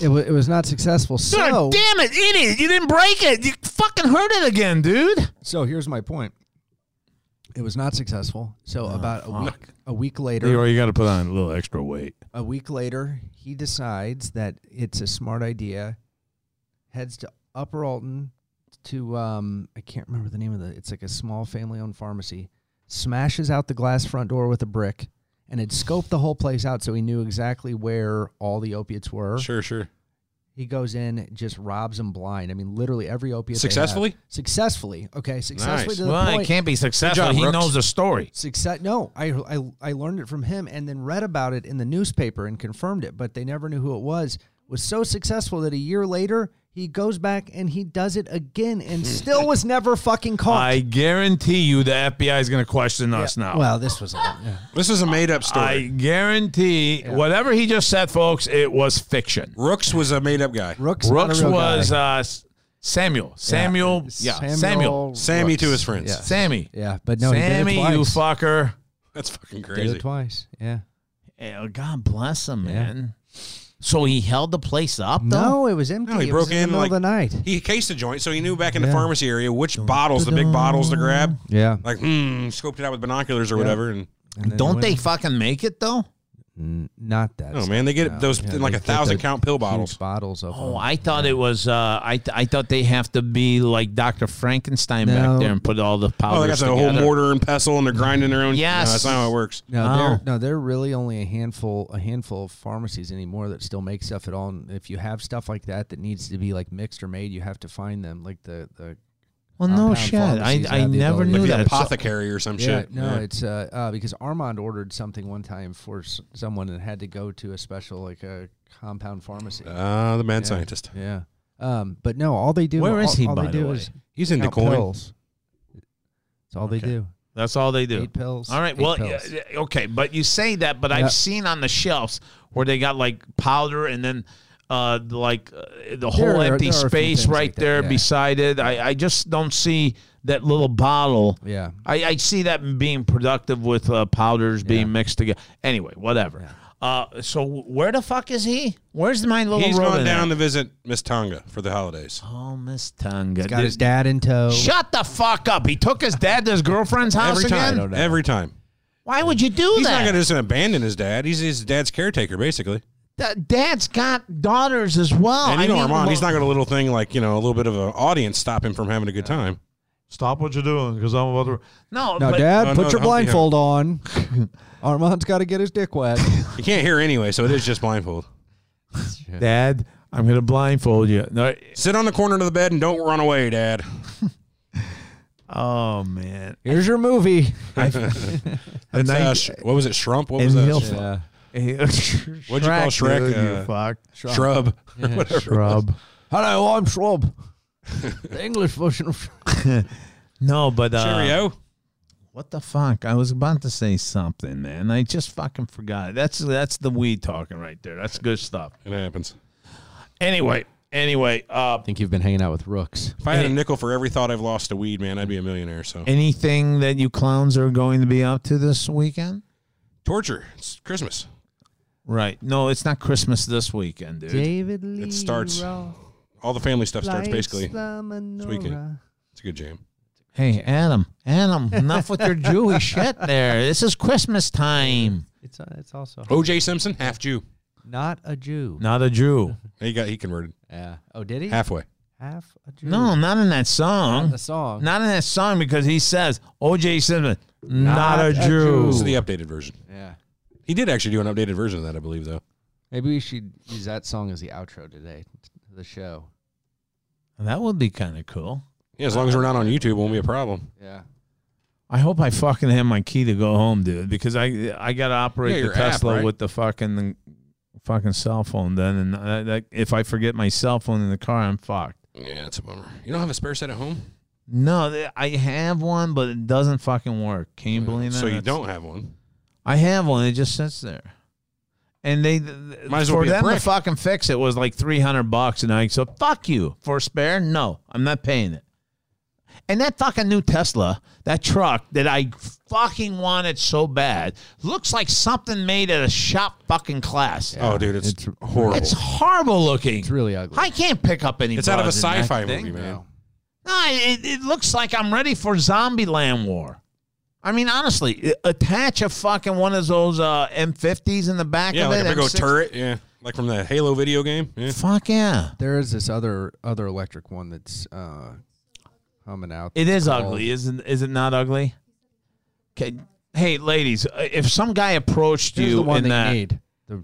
Speaker 5: it, wa- it was not successful. So
Speaker 3: God damn it, idiot! You didn't break it. You fucking hurt it again, dude.
Speaker 5: so here's my point. It was not successful. So
Speaker 3: Oh,
Speaker 5: about a week a week later,
Speaker 3: you got to put on a little extra weight.
Speaker 5: a week later, he decides that it's a smart idea, heads to Upper Alton to um I can't remember the name of the it's like a small family owned pharmacy, smashes out the glass front door with a brick and had scoped the whole place out so he knew exactly where all the opiates were.
Speaker 4: Sure, sure.
Speaker 5: He goes in, just robs them blind. I mean, literally every opiate. they have.
Speaker 4: Successfully?
Speaker 5: Successfully. Okay. Successfully
Speaker 4: Nice.
Speaker 5: to the
Speaker 3: Well,
Speaker 5: point.
Speaker 3: it can't be successful.
Speaker 4: job,
Speaker 3: he
Speaker 4: Brooks.
Speaker 3: knows the story.
Speaker 5: Success? No, I, I I learned it from him and then read about it in the newspaper and confirmed it, but they never knew who it was. Was so successful that a year later He goes back and he does it again
Speaker 4: Hmm.
Speaker 5: and still was never fucking caught.
Speaker 3: I guarantee you the FBI is going to question
Speaker 5: Yeah,
Speaker 3: us now.
Speaker 5: Well, this was a, yeah.
Speaker 4: This is a made up
Speaker 3: I
Speaker 4: story.
Speaker 3: guarantee whatever he just said, folks, it was fiction.
Speaker 4: Rooks was a made up guy.
Speaker 5: Rooks. not a
Speaker 3: Brooks
Speaker 5: real
Speaker 3: was
Speaker 5: guy.
Speaker 3: uh, S- Samuel. Samuel. Yeah. Samuel.
Speaker 4: Sammy to
Speaker 5: Rooks.
Speaker 4: his friends.
Speaker 5: Yeah,
Speaker 3: Sammy.
Speaker 5: yeah but no,
Speaker 3: Sammy,
Speaker 5: he did it
Speaker 3: you
Speaker 5: twice.
Speaker 3: fucker.
Speaker 4: That's fucking
Speaker 5: Did
Speaker 4: crazy.
Speaker 5: it twice. Yeah.
Speaker 3: Oh, God bless him,
Speaker 5: Yeah.
Speaker 3: man. So he held the place up, though?
Speaker 5: No, it was empty.
Speaker 4: No, he
Speaker 5: It
Speaker 4: broke
Speaker 5: was in, the
Speaker 4: in,
Speaker 5: middle
Speaker 4: like-
Speaker 5: of the night.
Speaker 4: He cased a joint, so he knew back in
Speaker 5: Yeah.
Speaker 4: the pharmacy area which bottles, the big bottles to grab.
Speaker 5: Yeah.
Speaker 4: Like, hmm, scoped it out with binoculars or
Speaker 5: Yeah.
Speaker 4: whatever. And oh,
Speaker 5: And then
Speaker 3: Don't
Speaker 5: went-
Speaker 3: they fucking make it, though?
Speaker 5: N- Not that.
Speaker 4: oh man, they get
Speaker 5: No,
Speaker 4: those
Speaker 5: yeah,
Speaker 4: in like
Speaker 5: they
Speaker 4: a
Speaker 5: get the
Speaker 4: thousand count pill
Speaker 5: huge
Speaker 4: bottles.
Speaker 5: Bottles of.
Speaker 3: Oh,
Speaker 5: them.
Speaker 3: I thought it was. Uh, I th- I thought they have to be like Doctor Frankenstein
Speaker 5: No.
Speaker 3: back there and put all the powders
Speaker 4: Oh, they got the whole
Speaker 3: together.
Speaker 4: mortar and pestle, and they're grinding their own.
Speaker 3: Yes.
Speaker 4: no, that's not how it works.
Speaker 5: No,
Speaker 3: Oh.
Speaker 5: there, no, there are really only a handful, a handful of pharmacies anymore that still make stuff at all. And if you have stuff like that that needs to be like mixed or made, you have to find them. Like the the
Speaker 3: Well, no
Speaker 5: compound
Speaker 3: shit. I,
Speaker 5: pharmacies
Speaker 3: I
Speaker 5: have the
Speaker 3: never
Speaker 5: ability
Speaker 3: knew
Speaker 5: to
Speaker 4: Like
Speaker 3: that.
Speaker 4: the
Speaker 3: So-
Speaker 4: apothecary or some
Speaker 5: yeah,
Speaker 4: shit.
Speaker 5: no,
Speaker 4: Yeah.
Speaker 5: it's uh, uh because Armand ordered something one time for s- someone and had to go to a special like a compound pharmacy.
Speaker 3: Uh.
Speaker 4: Ah, the mad scientist.
Speaker 5: yeah, um, but no, all they do.
Speaker 3: Where
Speaker 5: all,
Speaker 3: is he,
Speaker 5: all
Speaker 3: by
Speaker 5: they
Speaker 3: the
Speaker 5: do
Speaker 3: way?
Speaker 5: is
Speaker 4: He's into
Speaker 5: count
Speaker 4: coin.
Speaker 5: pills. That's all they
Speaker 3: Okay.
Speaker 5: do.
Speaker 3: That's all they do.
Speaker 5: Eight pills.
Speaker 3: All right.
Speaker 5: eight
Speaker 3: Well,
Speaker 5: pills.
Speaker 3: yeah, yeah, okay. But you say that, but
Speaker 5: Yeah.
Speaker 3: I've seen on the shelves where they got like powder and then uh, like uh, the whole
Speaker 5: There are-
Speaker 3: empty
Speaker 5: there are a few
Speaker 3: space
Speaker 5: things
Speaker 3: right
Speaker 5: like that,
Speaker 3: there
Speaker 5: yeah.
Speaker 3: beside it. I, I just don't see that little bottle.
Speaker 5: yeah.
Speaker 3: I, I see that being productive with uh, powders
Speaker 5: Yeah.
Speaker 3: being mixed together. Anyway, whatever. Uh, so where the fuck is he? Where's my little
Speaker 4: He's
Speaker 3: rodent
Speaker 4: gone down
Speaker 3: at?
Speaker 4: to visit Miss Tonga for the holidays.
Speaker 3: Oh, Miss Tonga.
Speaker 5: Got
Speaker 3: Did-
Speaker 5: his dad in tow.
Speaker 3: Shut the fuck up. He took his dad to his girlfriend's house
Speaker 4: Every
Speaker 3: again?
Speaker 4: time. Every time.
Speaker 3: Why would you do
Speaker 4: He's
Speaker 3: that?
Speaker 4: not going to just abandon his dad. He's his dad's caretaker, basically.
Speaker 3: Da- Dad's got daughters as well.
Speaker 4: and you know,
Speaker 3: Oh, mean,
Speaker 4: Armand, he's
Speaker 3: well-
Speaker 4: not going to little thing like, you know, a little bit of an audience stop him from having a good time.
Speaker 3: Stop what you're doing because I'm about to. No,
Speaker 5: Now,
Speaker 3: but,
Speaker 5: Dad,
Speaker 4: No,
Speaker 5: put
Speaker 4: no,
Speaker 5: your
Speaker 4: no, yeah.
Speaker 3: (laughs)
Speaker 5: blindfold on. Armand's got to get his dick wet.
Speaker 4: You can't hear anyway, so it is just blindfold.
Speaker 3: Dad, I'm going to blindfold you. No,
Speaker 4: Sit on the corner of the bed and don't run away, Dad.
Speaker 3: oh, man.
Speaker 5: Here's your movie. (laughs)
Speaker 3: And
Speaker 4: Uh,
Speaker 3: I-
Speaker 4: Sh- what was it, Shrump? What was
Speaker 3: and he'll
Speaker 4: that?
Speaker 3: fu-
Speaker 5: Yeah.
Speaker 3: (laughs)
Speaker 4: What'd you call Shrek,
Speaker 3: dude,
Speaker 4: uh,
Speaker 3: you fuck.
Speaker 4: Shrub. or (laughs) whatever.
Speaker 3: Shrub.
Speaker 5: Hello, I'm Schwab. the English version of
Speaker 3: No, but uh,
Speaker 4: Cheerio.
Speaker 3: what the fuck? I was about to say something, man. I just fucking forgot. it. That's that's the weed talking right there. That's good stuff.
Speaker 4: It happens.
Speaker 3: Anyway, anyway, uh,
Speaker 5: I think you've been hanging out with Rooks.
Speaker 4: If I had a nickel for every thought I've lost to weed, man, I'd be a millionaire. So
Speaker 3: anything that you clowns are going to be up to this weekend?
Speaker 4: torture. It's Christmas.
Speaker 3: Right. No, it's not Christmas this weekend, dude.
Speaker 5: David Lee.
Speaker 4: starts-
Speaker 5: Roth
Speaker 4: All the family stuff starts
Speaker 5: lights
Speaker 4: basically.
Speaker 5: the menorah.
Speaker 4: weekend. It's a good jam.
Speaker 3: Hey, Adam, Adam, enough with your (laughs) Jewish shit there. This is Christmas time.
Speaker 5: It's, uh, it's also
Speaker 4: OJ Simpson, half Jew.
Speaker 5: not a Jew.
Speaker 3: Not a Jew.
Speaker 4: He got he converted
Speaker 5: Yeah. Oh, did he?
Speaker 4: halfway.
Speaker 5: Half a Jew.
Speaker 3: No, not in that
Speaker 5: Not
Speaker 3: song.
Speaker 5: the song.
Speaker 3: Not in that song because he says OJ Simpson, not,
Speaker 5: Not
Speaker 3: a
Speaker 5: a
Speaker 3: Jew.
Speaker 4: This is the updated version.
Speaker 5: yeah.
Speaker 4: He did actually do an updated version of that, I believe, though.
Speaker 5: Maybe we should use that song as the outro today to the show.
Speaker 3: That would be kind of cool.
Speaker 4: Yeah, as long as we're not on YouTube, it won't be a problem.
Speaker 5: Yeah.
Speaker 3: I hope I fucking have my key to go home, dude, because I I gotta operate
Speaker 4: Yeah,
Speaker 3: the
Speaker 4: your app,
Speaker 3: Tesla
Speaker 4: right?
Speaker 3: with the fucking fucking cell phone then, and I, that, if I forget my cell phone in the car, I'm fucked.
Speaker 4: Yeah, it's a bummer. You don't have a spare set at home,
Speaker 3: No, th- I have one, but it doesn't fucking work. Can you believe that?
Speaker 4: so you
Speaker 3: That's-
Speaker 4: don't have one.
Speaker 3: I have one. It just sits there. And they th- th-
Speaker 4: Might as well
Speaker 3: for
Speaker 4: be a
Speaker 3: them to
Speaker 4: brick.
Speaker 3: fucking fix it was like three hundred bucks, and I so fuck you for a spare. No, I'm not paying it. And that fucking new Tesla, that truck that I fucking wanted so bad, looks like something made at a shop fucking class.
Speaker 4: oh, dude, it's,
Speaker 5: It's-
Speaker 4: horrible.
Speaker 3: It's
Speaker 4: It's,
Speaker 3: horrible looking.
Speaker 5: It's really ugly.
Speaker 3: I can't pick up any.
Speaker 4: out of a
Speaker 3: broads in that
Speaker 4: sci-fi
Speaker 3: thing.
Speaker 4: movie, man.
Speaker 5: No.
Speaker 3: No, it, it looks like I'm ready for zombie land war. I mean, honestly, i- attach a fucking one of those uh, M50s in the back
Speaker 4: Yeah,
Speaker 3: of
Speaker 4: like
Speaker 3: it.
Speaker 4: a big old
Speaker 3: M6.
Speaker 4: turret. Yeah, like from the Halo video game. Yeah.
Speaker 3: Fuck yeah.
Speaker 5: There is this other other electric one that's uh, humming out.
Speaker 3: It is
Speaker 5: called-
Speaker 3: ugly, isn't is it not ugly? Okay. Hey, ladies, uh, if some guy approached
Speaker 5: Here's
Speaker 3: you
Speaker 5: the one
Speaker 3: in
Speaker 5: that you
Speaker 3: that,
Speaker 5: need the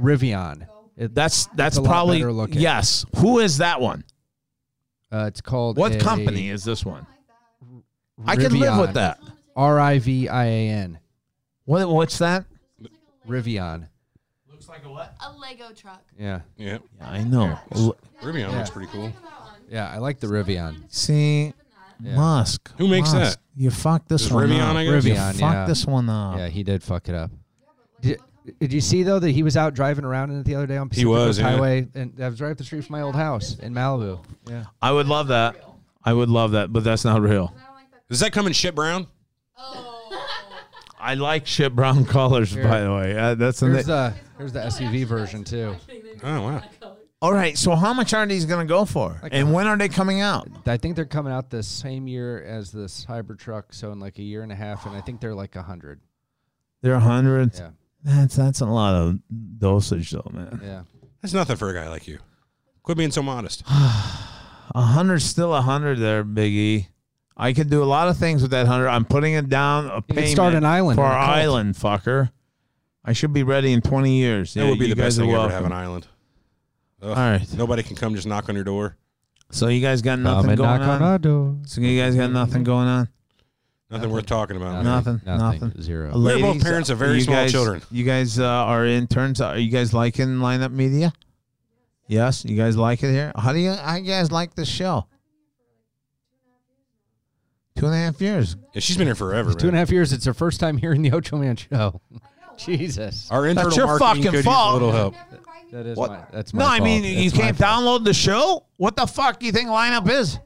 Speaker 5: Rivian. It-
Speaker 3: that's that's
Speaker 5: a lot
Speaker 3: probably
Speaker 5: better looking.
Speaker 3: yes. Who is that one?
Speaker 5: uh, it's called
Speaker 3: What
Speaker 5: a
Speaker 3: company is this one? I could live with
Speaker 5: Rivian.
Speaker 3: that.
Speaker 5: R I V I A N
Speaker 3: What what's that?
Speaker 5: Rivian.
Speaker 3: Looks like a what?
Speaker 7: A Lego truck.
Speaker 5: Yeah.
Speaker 4: Yeah.
Speaker 3: Yeah, I know. L-
Speaker 4: Rivian looks pretty cool.
Speaker 5: Yeah, I like the Rivian.
Speaker 3: See, Musk.
Speaker 4: Who makes
Speaker 3: Musk,
Speaker 4: that?
Speaker 3: You fucked this
Speaker 4: Is
Speaker 3: one
Speaker 4: Rivian,
Speaker 3: up.
Speaker 4: I guess?
Speaker 3: You
Speaker 5: Rivian,
Speaker 3: fucked
Speaker 5: yeah.
Speaker 3: this one up.
Speaker 5: Yeah, he did fuck it up. Did, did you see though that he was out driving around in it the other day on Pacific
Speaker 4: was,
Speaker 5: Coast
Speaker 4: yeah.
Speaker 5: Highway, and I was right up the street from my old house in Malibu. Yeah,
Speaker 3: I would love that. I would love that, but that's not real.
Speaker 4: Does that come in shit brown?
Speaker 3: I like shit brown (laughs) colors, by the way. Uh, that's the.
Speaker 5: here's the here's the SUV version too.
Speaker 4: Oh wow.
Speaker 3: All right, so how much are these going to go for, and when are they coming out?
Speaker 5: I think they're coming out the same year as this Cybertruck, so in like a year and a half, and I think they're like a hundred.
Speaker 3: They're a hundred.
Speaker 5: Yeah,
Speaker 3: That's that's a lot of dosage, though, man.
Speaker 5: yeah.
Speaker 4: That's nothing for a guy like you. Quit being so modest.
Speaker 3: A hundred's still a hundred, there, Big E. I could do a lot of things with that hundred. I'm putting it down a
Speaker 5: could
Speaker 3: payment
Speaker 5: start an island
Speaker 3: for
Speaker 5: and
Speaker 3: our
Speaker 5: a cult.
Speaker 3: island, fucker. I should be ready in 20 years.
Speaker 4: That
Speaker 3: Yeah,
Speaker 4: would be
Speaker 3: you
Speaker 4: the
Speaker 3: guys
Speaker 4: best
Speaker 3: are
Speaker 4: thing ever to
Speaker 3: welcome.
Speaker 4: have an island. Ugh.
Speaker 3: All right.
Speaker 4: Nobody can come just knock on your door.
Speaker 3: So you guys got nothing
Speaker 5: and
Speaker 3: going
Speaker 5: knock
Speaker 3: on.
Speaker 5: on our door.
Speaker 3: So you guys got nothing going on.
Speaker 4: Nothing, worth talking about. man.
Speaker 3: Nothing. Nothing.
Speaker 5: Zero.
Speaker 4: We're both
Speaker 3: Ladies,
Speaker 4: parents of very
Speaker 3: you
Speaker 4: small
Speaker 3: guys-
Speaker 4: children.
Speaker 3: You guys uh, are interns. Are you guys liking lineup media? Yes, you guys like it here. How do you? How you guys like this show? Two and a half years.
Speaker 4: Yeah, she's been here forever.
Speaker 5: Two and a
Speaker 4: man.
Speaker 5: half years. It's her first time here in the (laughs) Ocho Man show. Jesus,
Speaker 4: Our internal
Speaker 3: your
Speaker 4: marketing
Speaker 3: fucking
Speaker 4: could use
Speaker 3: fault.
Speaker 4: a little help.
Speaker 5: that is
Speaker 3: What?
Speaker 5: my. That's my
Speaker 3: No, I
Speaker 5: fault.
Speaker 3: mean you
Speaker 5: That's my
Speaker 3: can't
Speaker 5: fault.
Speaker 3: download the show. What the fuck do you think lineup is?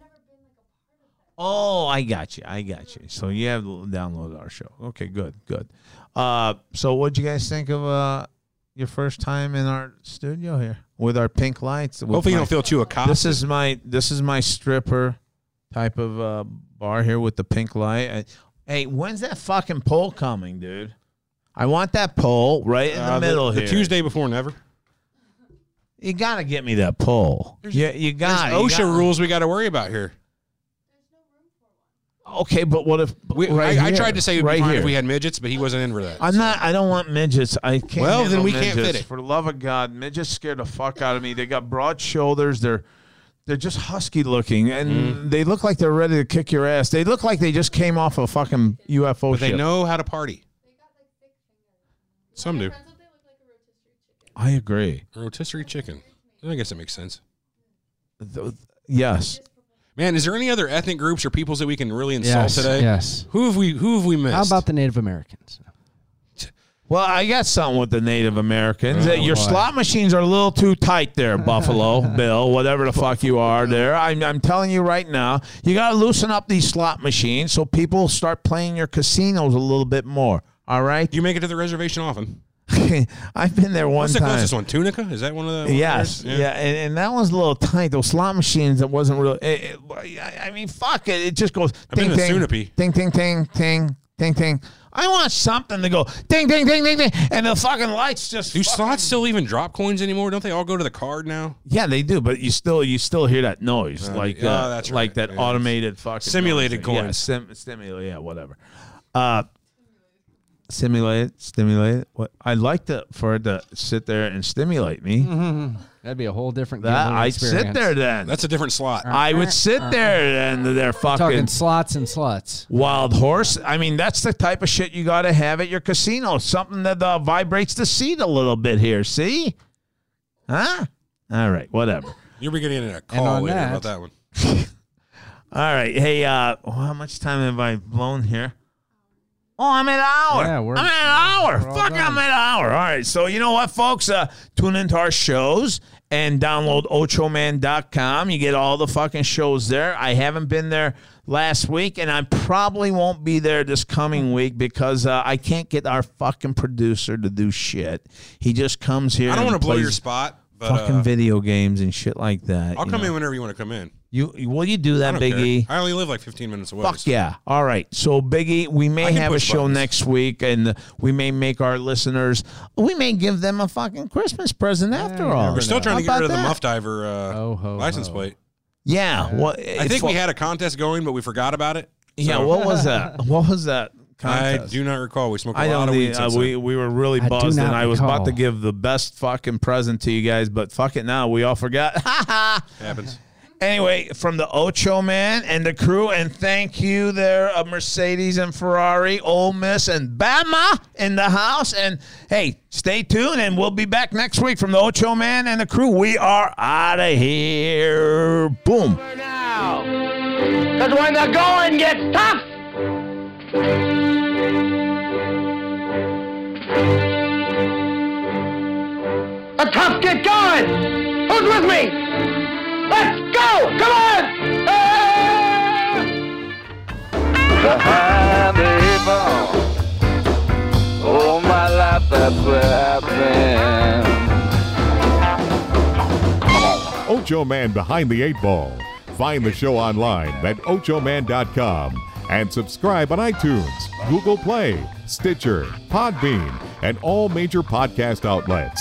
Speaker 3: Oh, I got you. I got you. So you have downloaded our show. Okay, good, good. Uh, so what'd you guys think of uh, your first time in our studio here with our pink lights? with
Speaker 4: Hopefully you
Speaker 3: my-
Speaker 4: don't feel too accosted.
Speaker 3: this is my this is my stripper type of uh, bar here with the pink light. I- hey, when's that fucking poll coming, dude? I want that poll right in the
Speaker 4: Uh,
Speaker 3: middle
Speaker 4: the
Speaker 3: here.
Speaker 4: Tuesday before never.
Speaker 3: you gotta get me that poll. Yeah, you got.
Speaker 4: There's
Speaker 3: you
Speaker 4: OSHA
Speaker 3: got-
Speaker 4: rules we got to worry about here.
Speaker 3: Okay, but what if
Speaker 4: We,
Speaker 3: right
Speaker 4: I, I
Speaker 3: here,
Speaker 4: tried to say it'd be
Speaker 3: right
Speaker 4: fine
Speaker 3: here.
Speaker 4: if we had midgets, but he wasn't in for that.
Speaker 3: I'm not. I don't want midgets. I can't.
Speaker 4: Well, then
Speaker 3: handle
Speaker 4: we can't fit
Speaker 3: midgets.
Speaker 4: it.
Speaker 3: For the love of God, midgets scare the fuck out of me. They got broad shoulders. They're they're just husky looking, and they look like they're ready to kick your ass. They look like they just came off a fucking UFO
Speaker 4: But they
Speaker 3: ship.
Speaker 4: know how to party. Some do.
Speaker 3: I agree.
Speaker 4: Rotisserie chicken. I guess that makes sense.
Speaker 3: Th- yes.
Speaker 4: Man, is there any other ethnic groups or peoples that we can really insult
Speaker 5: Yes,
Speaker 4: today?
Speaker 5: yes.
Speaker 4: Who have we Who have we missed?
Speaker 5: How about the Native Americans?
Speaker 3: Well, I got something with the Native Americans.
Speaker 4: Oh,
Speaker 3: Uh, Your
Speaker 5: boy.
Speaker 3: slot machines are a little too tight
Speaker 4: (laughs)
Speaker 3: there, Buffalo Bill, whatever the fuck you are there. I'm, I'm telling you right now, you got to loosen up these slot machines so people start playing your casinos a little bit more. All right? (laughs)
Speaker 4: Do you make it to the reservation often?
Speaker 3: I've been there one
Speaker 4: What's the
Speaker 3: time.
Speaker 4: closest one? Tunica? Is that one of the? one of
Speaker 3: Yes, yeah,
Speaker 4: theirs?
Speaker 3: and, and that one's a little tight. Those slot machines, that wasn't real. It, it, I I mean, fuck it. It just goes.
Speaker 4: I've
Speaker 3: ting,
Speaker 4: been to
Speaker 3: ting,
Speaker 4: Sunapee.
Speaker 3: ting, ting, ting, ting, ting, ting. I want something to go ding, ding, ding, ding, ding, and the fucking lights just.
Speaker 4: Do
Speaker 3: fuck-
Speaker 4: slots still even drop coins anymore? Don't they all go to the card now?
Speaker 3: yeah, they do, but you still you still hear that noise, like
Speaker 4: yeah,
Speaker 3: uh,
Speaker 4: oh, that's
Speaker 3: like
Speaker 4: right.
Speaker 3: that
Speaker 4: Yeah.
Speaker 3: automated fucking
Speaker 4: Simulated
Speaker 3: noise. Yeah,
Speaker 4: coins.
Speaker 3: sim, simulated. Yeah, whatever. Uh, simulate, stimulate. What I like to for it to sit there and stimulate me.
Speaker 4: Mm-hmm.
Speaker 5: That'd be a whole different.
Speaker 3: That
Speaker 5: gambling
Speaker 3: I
Speaker 5: experience.
Speaker 3: sit there then.
Speaker 4: That's Uh-huh. a different slot.
Speaker 3: I would sit there and they're
Speaker 5: talking
Speaker 3: fucking
Speaker 5: slots and sluts.
Speaker 3: wild horse. I mean, that's the type of shit you got to have at your casino. Something that uh, vibrates the seat a little bit here. See? Huh? All right, whatever.
Speaker 4: You'll be getting a
Speaker 5: And
Speaker 4: call
Speaker 5: on
Speaker 4: later
Speaker 5: that-
Speaker 4: about that one.
Speaker 3: All right. Hey, uh, well, how much time have I blown here? Oh, I'm at an hour.
Speaker 5: Yeah, we're-
Speaker 3: I'm at an hour.
Speaker 5: all
Speaker 3: Fuck, I'm
Speaker 5: done.
Speaker 3: at an hour. All right. So, you know what, folks? Uh, tune into our shows and download ochoman.com. You get all the fucking shows there. I haven't been there last week, and I probably won't be there this coming week because uh, I can't get our fucking producer to do shit. He just comes here.
Speaker 4: I don't
Speaker 3: and
Speaker 4: want to blow your
Speaker 3: plays
Speaker 4: spot, but
Speaker 3: Fucking
Speaker 4: uh,
Speaker 3: video games and shit like that.
Speaker 4: I'll
Speaker 3: you
Speaker 4: come
Speaker 3: know.
Speaker 4: in whenever you want to come in.
Speaker 3: You, will you do
Speaker 4: I
Speaker 3: that,
Speaker 4: don't
Speaker 3: Big
Speaker 4: care.
Speaker 3: E?
Speaker 4: I only live like 15 minutes away.
Speaker 3: Fuck
Speaker 4: so-
Speaker 3: yeah. All right. So, Biggie, we may
Speaker 4: I can
Speaker 3: have a
Speaker 4: push
Speaker 3: show
Speaker 4: buttons.
Speaker 3: next week, and we may make our listeners, we may give them a fucking Christmas present after all.
Speaker 4: We're still trying to
Speaker 3: How
Speaker 4: get
Speaker 3: about
Speaker 4: rid of the
Speaker 3: that?
Speaker 4: Muff Diver uh,
Speaker 5: Oh, Ho, ho,
Speaker 4: license
Speaker 5: ho.
Speaker 4: plate.
Speaker 3: Yeah. Well,
Speaker 4: I think we had a contest going, but we forgot about it.
Speaker 3: Yeah. What was
Speaker 4: (laughs)
Speaker 3: that? What was that? Contest?
Speaker 4: I do not recall. We smoked a
Speaker 3: I
Speaker 4: lot
Speaker 3: don't
Speaker 4: of
Speaker 3: need,
Speaker 4: weed.
Speaker 3: uh,
Speaker 4: since
Speaker 3: we,
Speaker 4: then.
Speaker 3: we were really
Speaker 5: I do
Speaker 3: buzzed, and
Speaker 5: not
Speaker 3: I was about to
Speaker 5: recall.
Speaker 3: give the best fucking present to you guys, but fuck it now. We all forgot. (laughs) Ha ha.
Speaker 4: happens.
Speaker 3: Anyway, from the Ocho Man and the crew, and thank you there, uh, Mercedes and Ferrari, Ole Miss and Bama in the house. And hey, stay tuned, and we'll be back next week from the Ocho Man and the crew. We are out of here. Boom.
Speaker 6: Now, because when the going gets tough, the tough get going. Who's with me? Let's go! Come on! Ah!
Speaker 2: behind the eight ball.
Speaker 6: Oh,
Speaker 2: All my life that's where I've been.
Speaker 1: Ocho Man Behind the Eight Ball. Find the show online at ochoman.com and subscribe on iTunes, Google Play, Stitcher, Podbean, and all major podcast outlets.